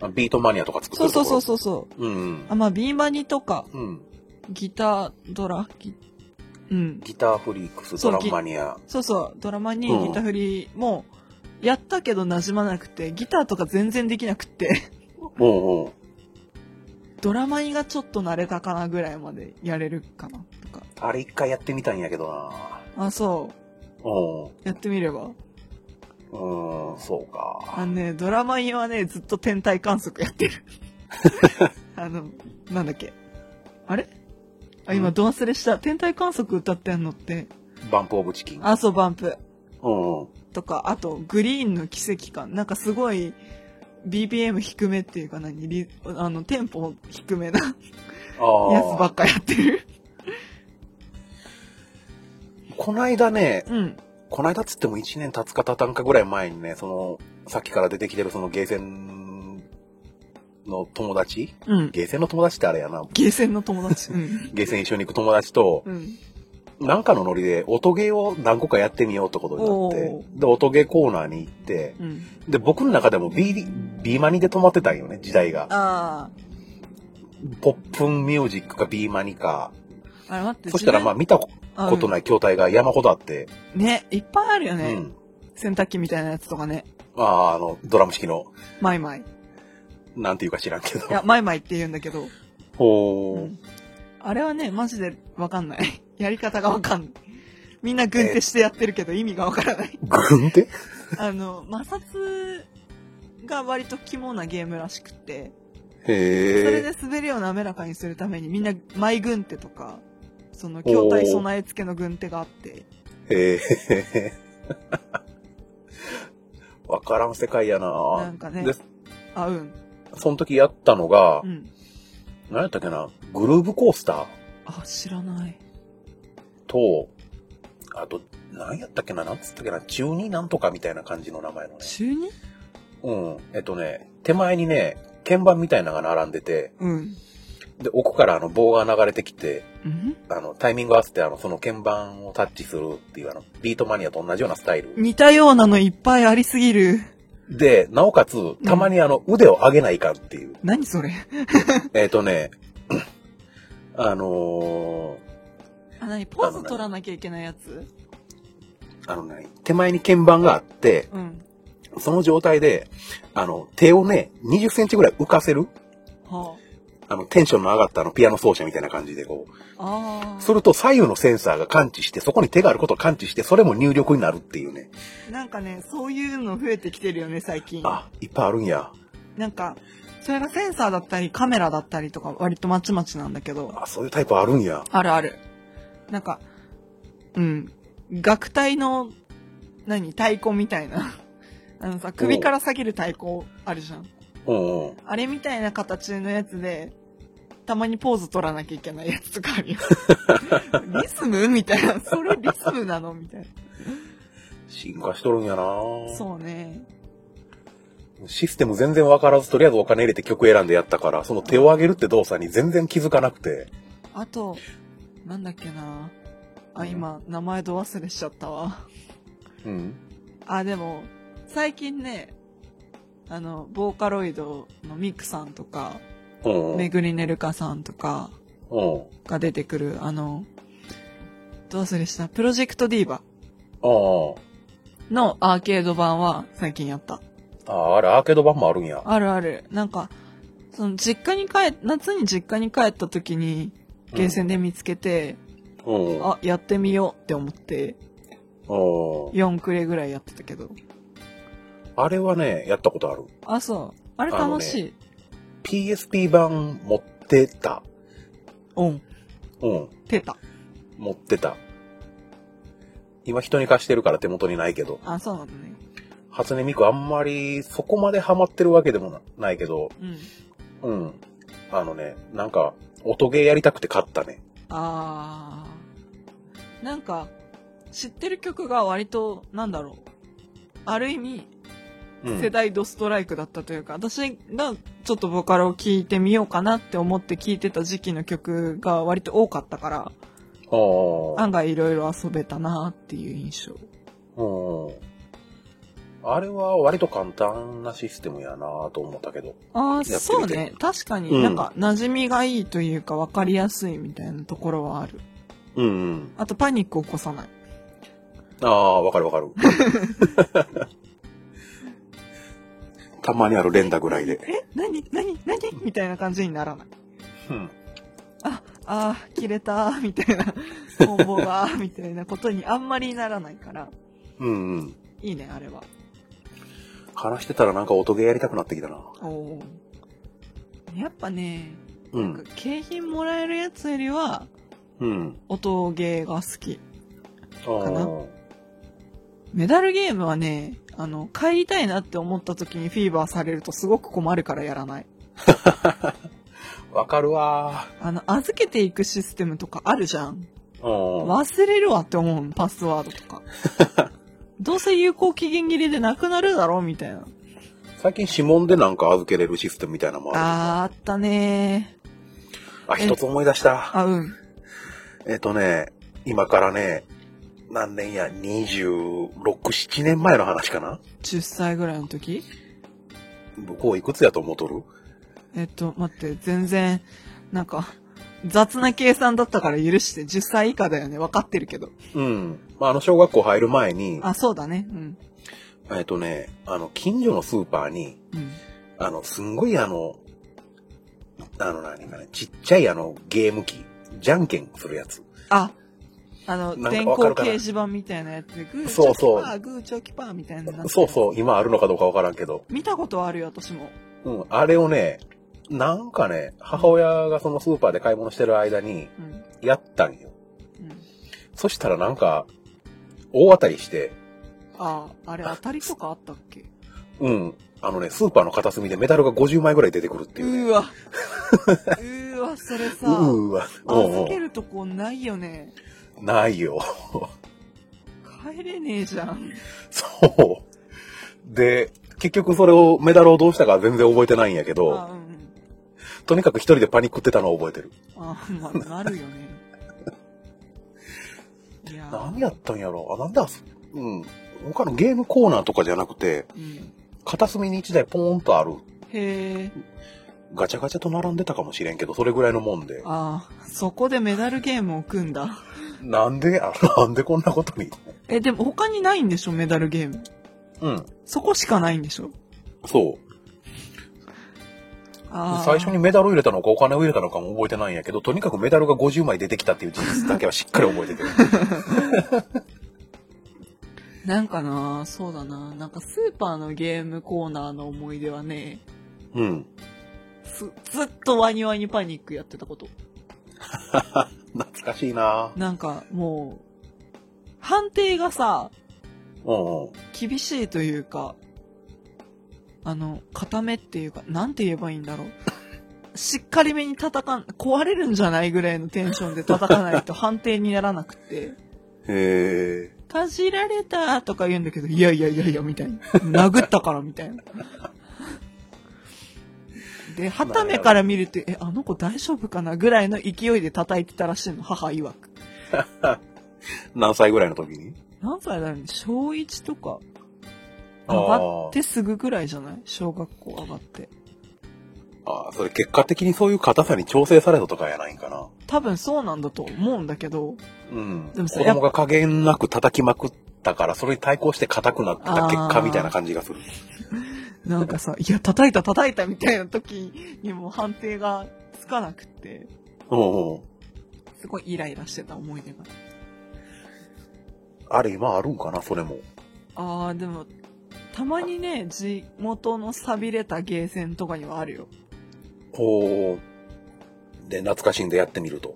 うん。ビートマニアとか作って
そう
る
そ
と
う
こ
そ
ろ。
うそうそう。
う。うん。
あ、まあ、ビーマニとか、
うん。
ギター、ドラ、ギうん。
ギターフリークス、
そ
ド
う
ラムマニア。
そうそう、ドラマに
うん
ギター振りも、やったけど馴染まなくて、ギターとか全然できなくて、
うんうん。
ドラマにがちょっと慣れたかなぐらいまでやれるかな、とか。
あれ一回やってみたんやけどな
あ、そう。
う
やってみれば。
ん。うん、そう
あ
か。
のね、ドラマインはね、ずっと天体観測やって る。あの、なんだっけ。あれあ、今、
うん
ド忘れした。天体観測歌ってんのって、
バンプオブチキン。
アーソーバンプ
うんうん。
とか、あと、グリーンの奇跡感。なんかすごい、BPM 低めっていうか何リあの、テンポ低めなやつば
あ
っかやってる。
あ。こないだね、
うん。
こないだつっても1年経つか経たんかぐらい前にね、その、さっきから出てきてるそのゲーセンの友達
うん。
ゲーセンの友達ってあれやな。
ゲーセンの友達。うん。
ゲーセン一緒に行く友達と、
うん。
なんかのノリで、音ゲーを何個かやってみようってことになっ
お
て、で、音ゲーコーナーに行って、
うん。
で、僕の中でも B、B マニで止まってたんよね、時代が。
あ
ポップンミュージックか B マニか。
あ。あれ待って。
そしたら、まあ見たこ
あ
とない筐体が山ほどあって、
ね、いっぱいあるよ
う
ね。
ん。
洗濯機みたいなやつとかね。
まあ、あの、ドラム式の、
マイマイ。
なんていうか知らんけど
い。や、マイマイって言うんだけど。
ほ
う
ー
んあれはね、マジでわかんない。やり方がわかんない。みんな軍手してやってるけど意味がわからない。
軍手
あの、摩擦が割と肝なゲームらしくて、それ
へえ。
で滑りを滑らかにするためにみんなマイ軍手とか、その筐体備え付けの軍手があって、
へえ。 わからん世界やな
なんかね
で、
あ、うん。
その時やったのが
う、ん。
何やったっけな、グルーブコースター
あ、知らない。
と、あと、何やったっけな、なんつったっけな、中二なんとかみたいな感じの名前のね。
中 2?
うん。えっとね、手前にね、鍵盤みたいなのが並んでて、
うん。
で、奥からあの棒が流れてきて、
うん
あの、タイミング合わせて、あの、その鍵盤をタッチするっていう、あの、ビートマニアと同じようなスタイル。
似たようなのいっぱいありすぎる。
で、なおかつ、たまにあの、腕を上げないかんっていう。
何それ
えっ、とね、 あの
あ、何ポーズ取らなきゃいけないやつ
ー、あのね、手前に鍵盤があって、
うん。
その状態で、あの、手をね、20センチぐらい浮かせる。
は
あの、テンションの上がったあの、ピアノ奏者みたいな感じでこう。
あ。ああ。
すると左右のセンサーが感知して、そこに手があることを感知して、それも入力になるっていうね。
なんかね、そういうの増えてきてるよね、最近。
あ、いっぱいあるんや。
なんか、それがセンサーだったり、カメラだったりとか、割とまちまちなんだけど、
あ、そういうタイプあるんや。
あるある。なんか、うん。楽隊の、何太鼓みたいな。 あのさ、首から下げる太鼓あるじゃん。
うんうん。
あれみたいな形のやつで、たまにポーズ取らなきゃいけないやつとか あるよ。リズムみたいな。それリズムなのみたい
進化しとるんやな
な。そうね。
システム全然わからず、とりあえずお金入れて曲選んでやったから、その手を上げるって動作に全然気づかなくて。
あと、なんだっけな。
う
あ、
ん
今、名前ど忘れしちゃったわ。
うん。
あ、でも、最近ね、あの、ボーカロイドのミクさんとか、
うんうん。
めぐりねるかさんとか
うん。
が出てくる、あの、どうするしたプロジェクトディーバ
あ
のアーケード版は最近やった。
あ。ああ、あれアーケード版もあるんや。
あるある。なんか、その実家に帰、夏に実家に帰った時に、ゲーセンで見つけて、
うん。うん。
あ、やってみようって思って、
うん
4くれぐらいやってたけど。
あれはね、やったことある。
あ、そう。あれ楽しい。
PSP 版持ってた。
オン。
うん。
ペタ。
持ってた。今人に貸してるから手元にないけど。
あ、そうなんだね。
初音ミクあんまりそこまでハマってるわけでもなないけど、
うん。
うん。あのね、なんか、音ゲーやりたくて買ったね。
あーなんか知ってる曲が割となんだろうある意味
うん。
世代ドストライクだったというか、私がちょっとボカロを聴いてみようかなって思って聴いてた時期の曲が割と多かったから
ああ。
案外いろいろ遊べたなっていう印象
うん。あれは割と簡単なシステムやなと思ったけど。
ああ
てみて
そうね確か
う
に
ん
なんか馴染みがいいというか分かりやすいみたいなところはある
うん、うん。
あとパニックを起こさない
ああ、わかる わかる。たまにある連打ぐらいで。
え何何何みたいな感じにならない
うん。
あ、あー、切れたー、み たいな、コンボが、みたいなことにあんまりならないから、
うんうん。
いいね、あれは。
話してたらなんか音ゲーやりたくなってきたな。
おーやっぱね、
う
なん
ん。
か景品もらえるやつよりは、
うん。
音ゲーが好き。
ああ。
なメダルゲームはね、あの、帰りたいなって思った時にフィーバーされるとすごく困るからやらない。
わかるわ
あの、預けていくシステムとかあるじゃん。
ー。うん。
忘れるわって思うのパスワードと か。どうせ有効期限切れでなくなるだろうみたいな。
最近指紋でなんか預けれるシステムみたいなのも
あ
あ
ー、あったねー。
る。あ、一つ思い出した。
あ、うん。
えっとね、今からね、何年や、26、7年前の話かな
10歳ぐらいの時
向こういくつやと思うとる
えっと、待って、全然、なんか、雑な計算だったから許して、10歳以下だよね。分かってるけど。
うん。まあ、あの、小学校入る前に、
あ、そうだね。うん。
えっとね、あの、近所のスーパーに、
うん。
あの、すんごいあの、あの何かね、ちっちゃいあの、ゲーム機、じゃんけんするやつ。
あ、あの、
なんか
電
わか
光
るか
掲
な
示板みたいなやつで、グーチ
そ
ョキ
う
パ
そう
ー、グーチョキパーみたいなの。。
そうそうう、今あるのかどうかわからんけど。
見たことあるよ、私も。
うん、あれをね、なんかね、母親がそのスーパーで買い物してる間に、
うん。
やったんよ。
うん。
そしたらなんか、大当たりして、
あ、あれ当たりとかあったっけ
うん、あのね、スーパーの片隅でメダルが50枚ぐらい出てくるって
う
いうね。
ーわ。うーわ、それさ、
うーわ。うん
預
う
け
ん
るとこないよね。
ないよ。
帰れねえじゃん。
そう。で、結局それを、メダルをどうしたかは全然覚えてないんやけど、
あ、うん。
とにかく一人でパニックってたのを覚えてる。
あ、まあ、なるよね。いやー
何やったんやろあ、なんだうん。他のゲームコーナーとかじゃなくて、
うん。
片隅に一台ポーンとある。
へえ。
ガチャガチャと並んでたかもしれんけど、それぐらいのもんで。
ああ、そこでメダルゲームを組んだ。
なんで、あ なんでこんなことに。
え、でも他にないんでしょメダルゲーム。
うん。
そこしかないんでしょ
そう。
ああ。
最初に。メダルを入れたのかお金を入れたのかも覚えてないんやけど、とにかくメダルが50枚出てきたっていう事実だけはしっかり覚え てて。
なんかな、そうだな。なんかスーパーのゲームコーナーの思い出はね、
うん。
ずずっとワニワニパニックやってたこと。
懐かしいな
なんかもう、判定がさ、
うんうん。
厳しいというか、あの、固めっていうか、なんて言えばいいんだろう。しっかりめに叩かん、壊れるんじゃないぐらいのテンションで叩かないと判定にならなくて。
へえ。
かじられたとか言うんだけど、いやいやいやいや、みたいな。殴ったから、みたいな。で、はためから見ると、え、あの子大丈夫かなぐらいの勢いで叩いてたらしいの、母曰く。
何歳ぐらいの時に
何歳だろうね、小1とか、
あー
上がってすぐぐらいじゃない小学校上がって。
ああ、それ結果的にそういう硬さに調整されたとかやないんかな。
多分そうなんだと思うんだけど、
うん。
でもそ
子
れやっ
供が加減なく叩きまくったから、それに対抗して硬くなった結
あ
果
ー
みたいな感じがする。
なんかさ、いや、叩いた叩いたみたいな時にもう判定がつかなくって、
うんうん。
すごいイライラしてた思い出が。
あれ今あるんかな、それも。
ああ、でも、たまにね、地元の寂れたゲーセンとかにはあるよ。
ほう。で、懐かしいんでやってみると。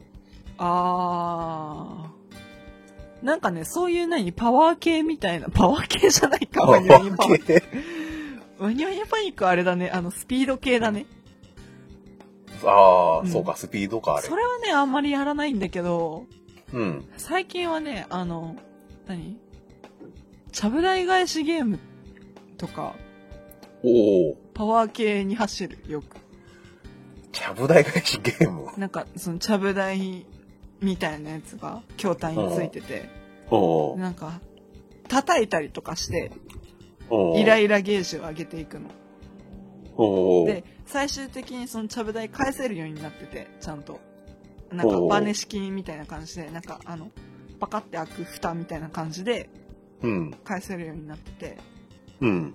ああ。なんかね、そういう何、パワー系みたいな、パワー系じゃないか、ワニワニパニック。
あ
ワニワニパニックはあれだね、あの、スピード系だね。
あー、
うん
そうか、スピードか、あれ
そ。れはね、あんまりやらないんだけど、
うん。
最近はね、あの、何ちゃぶ台返しゲームとか、
おお。
パワー系に走る、よく。
ちゃぶ台返しゲーム。
なんか、その、ちゃぶ台みたいなやつが、筐体についてて、
お
なんか、叩いたりとかして、
お
イライラゲージを上げていくの。
おお。
で、最終的にそのちゃぶ台返せるようになってて、ちゃんと。なんか、
おう
バネ式みたいな感じで、なんか、あの、パカって開く蓋みたいな感じで
うん。
返せるようになってて、
うん。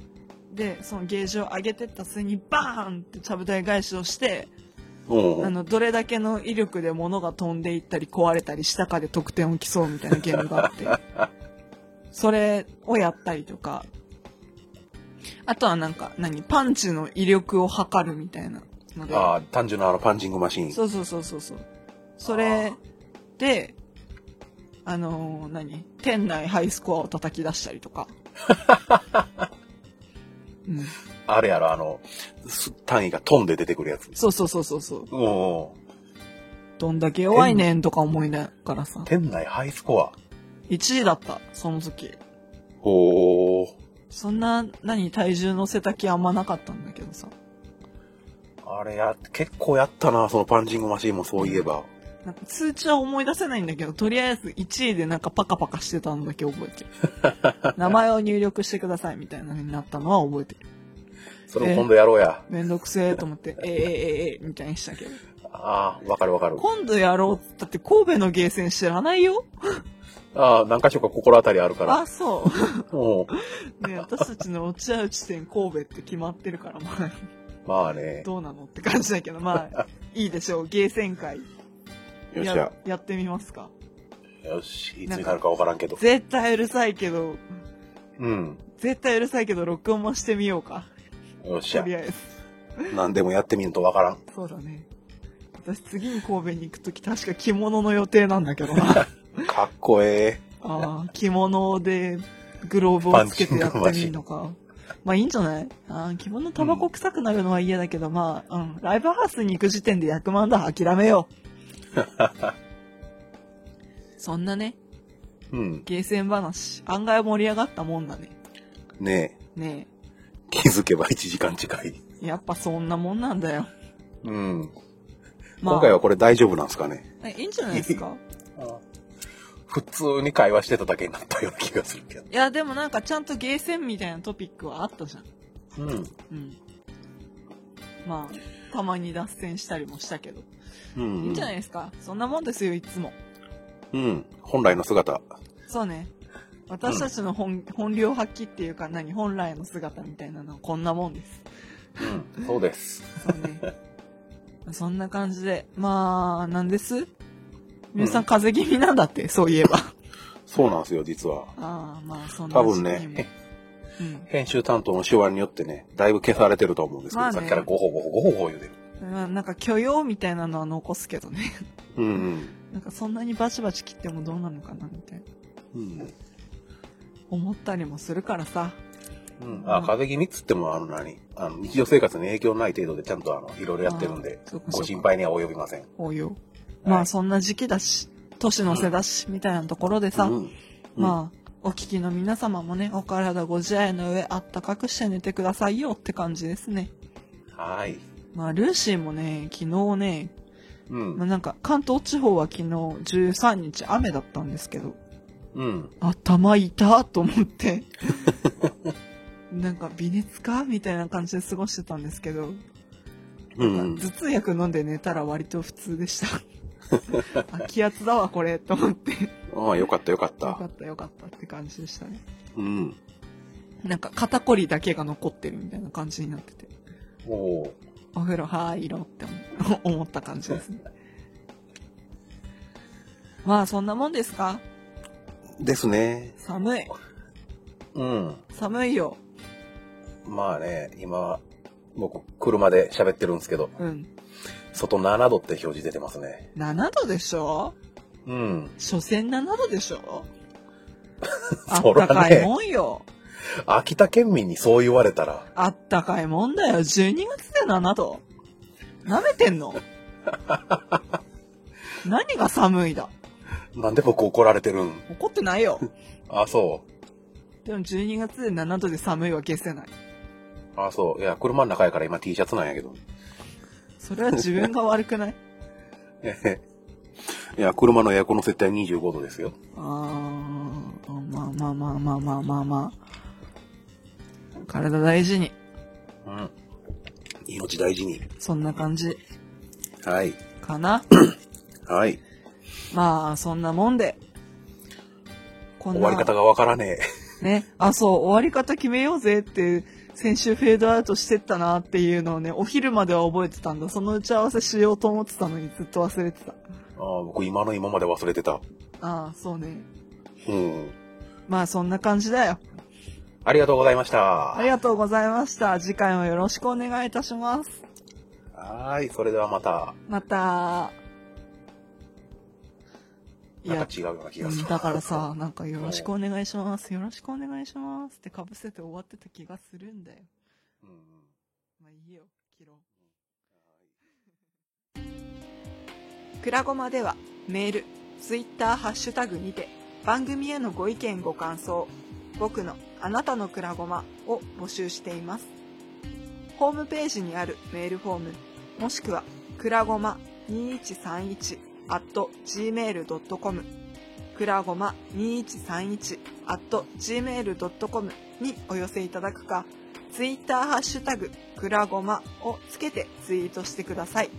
で、そのゲージを上げてった末にバーンってちゃぶ台返しをして、
お
あ
お。
の、どれだけの威力で物が飛んでいったり壊れたりしたかで得点を競うみたいなゲームがあって。 それをやったりとか。あとはなんか、何パンチの威力を測るみたいなので。
ああ、単純なあのパンチングマシーン。
そうそうそうそうそう。それで、あのー何店内ハイスコアを叩き出したりと か。うん。
あれやろ、あの、す単位が飛んで出てくるやつ。
そうそうそうそうそう。
おお。
どんだけ弱いねんとか思いながらさ。
店内ハイスコア。
1位だった、その時。
おお。
そんな、何、体重乗せた気あんまなかったんだけどさ。
あれや、結構やったな、そのパンチングマシーンもそういえば。
なんか通知は思い出せないんだけど、とりあえず1位でなんかパカパカしてたのだけ覚えて る。名前を入力してくださいみたいなのになったのは覚えてる。
それも今度やろうや。
めんどくせえと思って、ええええええみたいにしたけど。
ああ、わかるわかる。
今度やろうっつったって神戸のゲーセン知らないよ。
ああ、何箇所か心当たりあるから。
あ、そ
うん。
う。ね私たちの落合地点神戸って決まってるから、まあ、
まあね。
どうなのって感じだけど、ま あ、いいでしょう。ゲーセン会。
よっし
や
ゃ。
やってみますか。
よし。いつになるかわからんけど。
絶対うるさいけど、
うん。
絶対うるさいけど録音もしてみようか。
よっし
と
ゃ
り。あえず。
何でもやってみんとわからん。
そうだね。私次に神戸に行くとき確か着物の予定なんだけど な。
かっこえ
あー着物でグローブをつけてやってみるの か。まあいいんじゃないあー着物タバコ臭くなるのは嫌だけど、まあ、うん。ライブハウスに行く時点で役満だ。諦めよ う。そんなね、
え。うん。
ゲーセン話、案外盛り上がったもんだね。
ね
ね
え。気づけば1時間近い。
え。やっぱそんなもんなんだよ。
うん。
まあ、
今回はこれ大丈夫なんですかね。
えいいんじゃないです か
普通に会話してただけになったような気がするけど。
いや、でもなんかちゃんとゲーセンみたいなトピックはあったじゃん。
うん。
うん。まあ、たまに脱線したりもしたけど。
うん。
いいんじゃないですか。そんなもんですよ、いつも。
うん。本来の姿。
そうね。私たちの本,、本領発揮っていうか何本来の姿みたいなのはこんなもんです。
うん。そうです。
そうね。 そんな感じで。まあ、なんです皆さん風邪気味なんだって、そういえば。
そうなんですよ、実は。
ああ、まあ、そんな
多分
時期も
ね、
うん。
編集担当の手腕によってね、だいぶ消されてると思うんですけど、
まあね
さっきからごほごほごほごほ言うてる。
まあなんか許容みたいなのは残すけどね。
うん、
なんかそんなにバチバチ切ってもどうなのかなみたいな。
うん。うん。
思ったりもするからさ。
うん、あ、風邪気味っつっても、あの何、あの、日常生活に影響ない程度でちゃんと、あの、いろいろやってるんで
あーそうかそうか、
ご心配には及びません。
応用。
い
まあそんな時期だし、年の瀬だし、みたいなところでさ、
うん、
まあ、お聞きの皆様もね、お体ご自愛の上、あったかくして寝てくださいよって感じですね。
はーい。
まあ、ルーシーもね、昨日ね、
う
まあ、
ん。
なんか、関東地方は昨日13日雨だったんですけど、
うん。
頭痛と思って、 なんか微熱かみたいな感じで過ごしてたんですけど、
う
なん
ん
か。頭痛薬飲んで寝たら割と普通でした。 あ気圧だわ、これ、と思って。
ああ、よかったよかっ
よ
た
か。ったよかったって感じでしたね。
うん。
なんか肩こりだけが残ってるみたいな感じになってて。
おおー。
お風呂入ろうって思う 思った感じですね。まあそんなもんですか
ですね。
寒い。
うん。
寒いよ。
まあね、今、僕、車で喋ってるんですけど、
うん。
外7度って表示出てますね。
7度でしょ
うん。
所詮7度でしょあっ
そら
た
ね
かいもんよ。
秋田県民にそう言われたら、
あったかいもんだよ。12月で7度。舐めてん の何が寒いだ
なんで僕怒られてるん
怒ってないよ。
あ、そ
でも12月で7度で寒いは消せない。
う。あ、そう。いや、車の中やから今 T シャツなんやけど。
それは自分が悪くない
えへいや、車のエアコンの設定は25度ですよ。
あー、まあまあまあまあまあまあまあ。体大事に。
うん。命大事に。
そんな感じ
はい。
か な。
はい。
まあ、そんなもんで。こん
終
な
わり方がわからね
ね。あ、そう、終わり方決めようぜって、先週フェードアウトしてったなっていうのをね、お昼までは覚えてたんだ。その打ち合わせしようと思ってたのにずっと忘れてた。
え。あー僕今の今まで忘れてた。
ああ、そうね。
うん。
まあ、そんな感じだよ。
ありがとうございました。
ありがとうございました。次回もよろしくお願いいたします。
はーい。それではまた、
また。い
なん
や
か、違うような気
う
がす
ん
る。
だからさ、なんかよろしくお願いします。よろしくお願いしますって被せて終わってた気がするんだよ。
うんうん
まあいいよ、切ろう。くらごまではメール、ツイッター、ハッシュタグにて番組へのご意見ご感想、僕のあなたのくらごまを募集しています。ホームページにあるメールフォーム、もしくはくらごま2131 at gmail.com くらごま2131 at gmail.com にお寄せいただくか、ツイッターハッシュタグくらごまをつけてツイートしてください。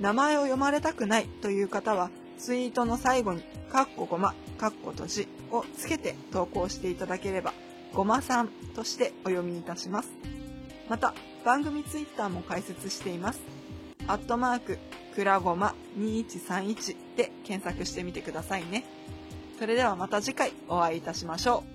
名前を読まれたくないという方は、ツイートの最後に、かっこごま、かっこ閉じをつけて投稿していただければ、ごまさんとしてお読みいたします。また、番組ツイッターも開設しています。アットマーク、くらごま2131で検索してみてくださいね。それではまた次回お会いいたしましょう。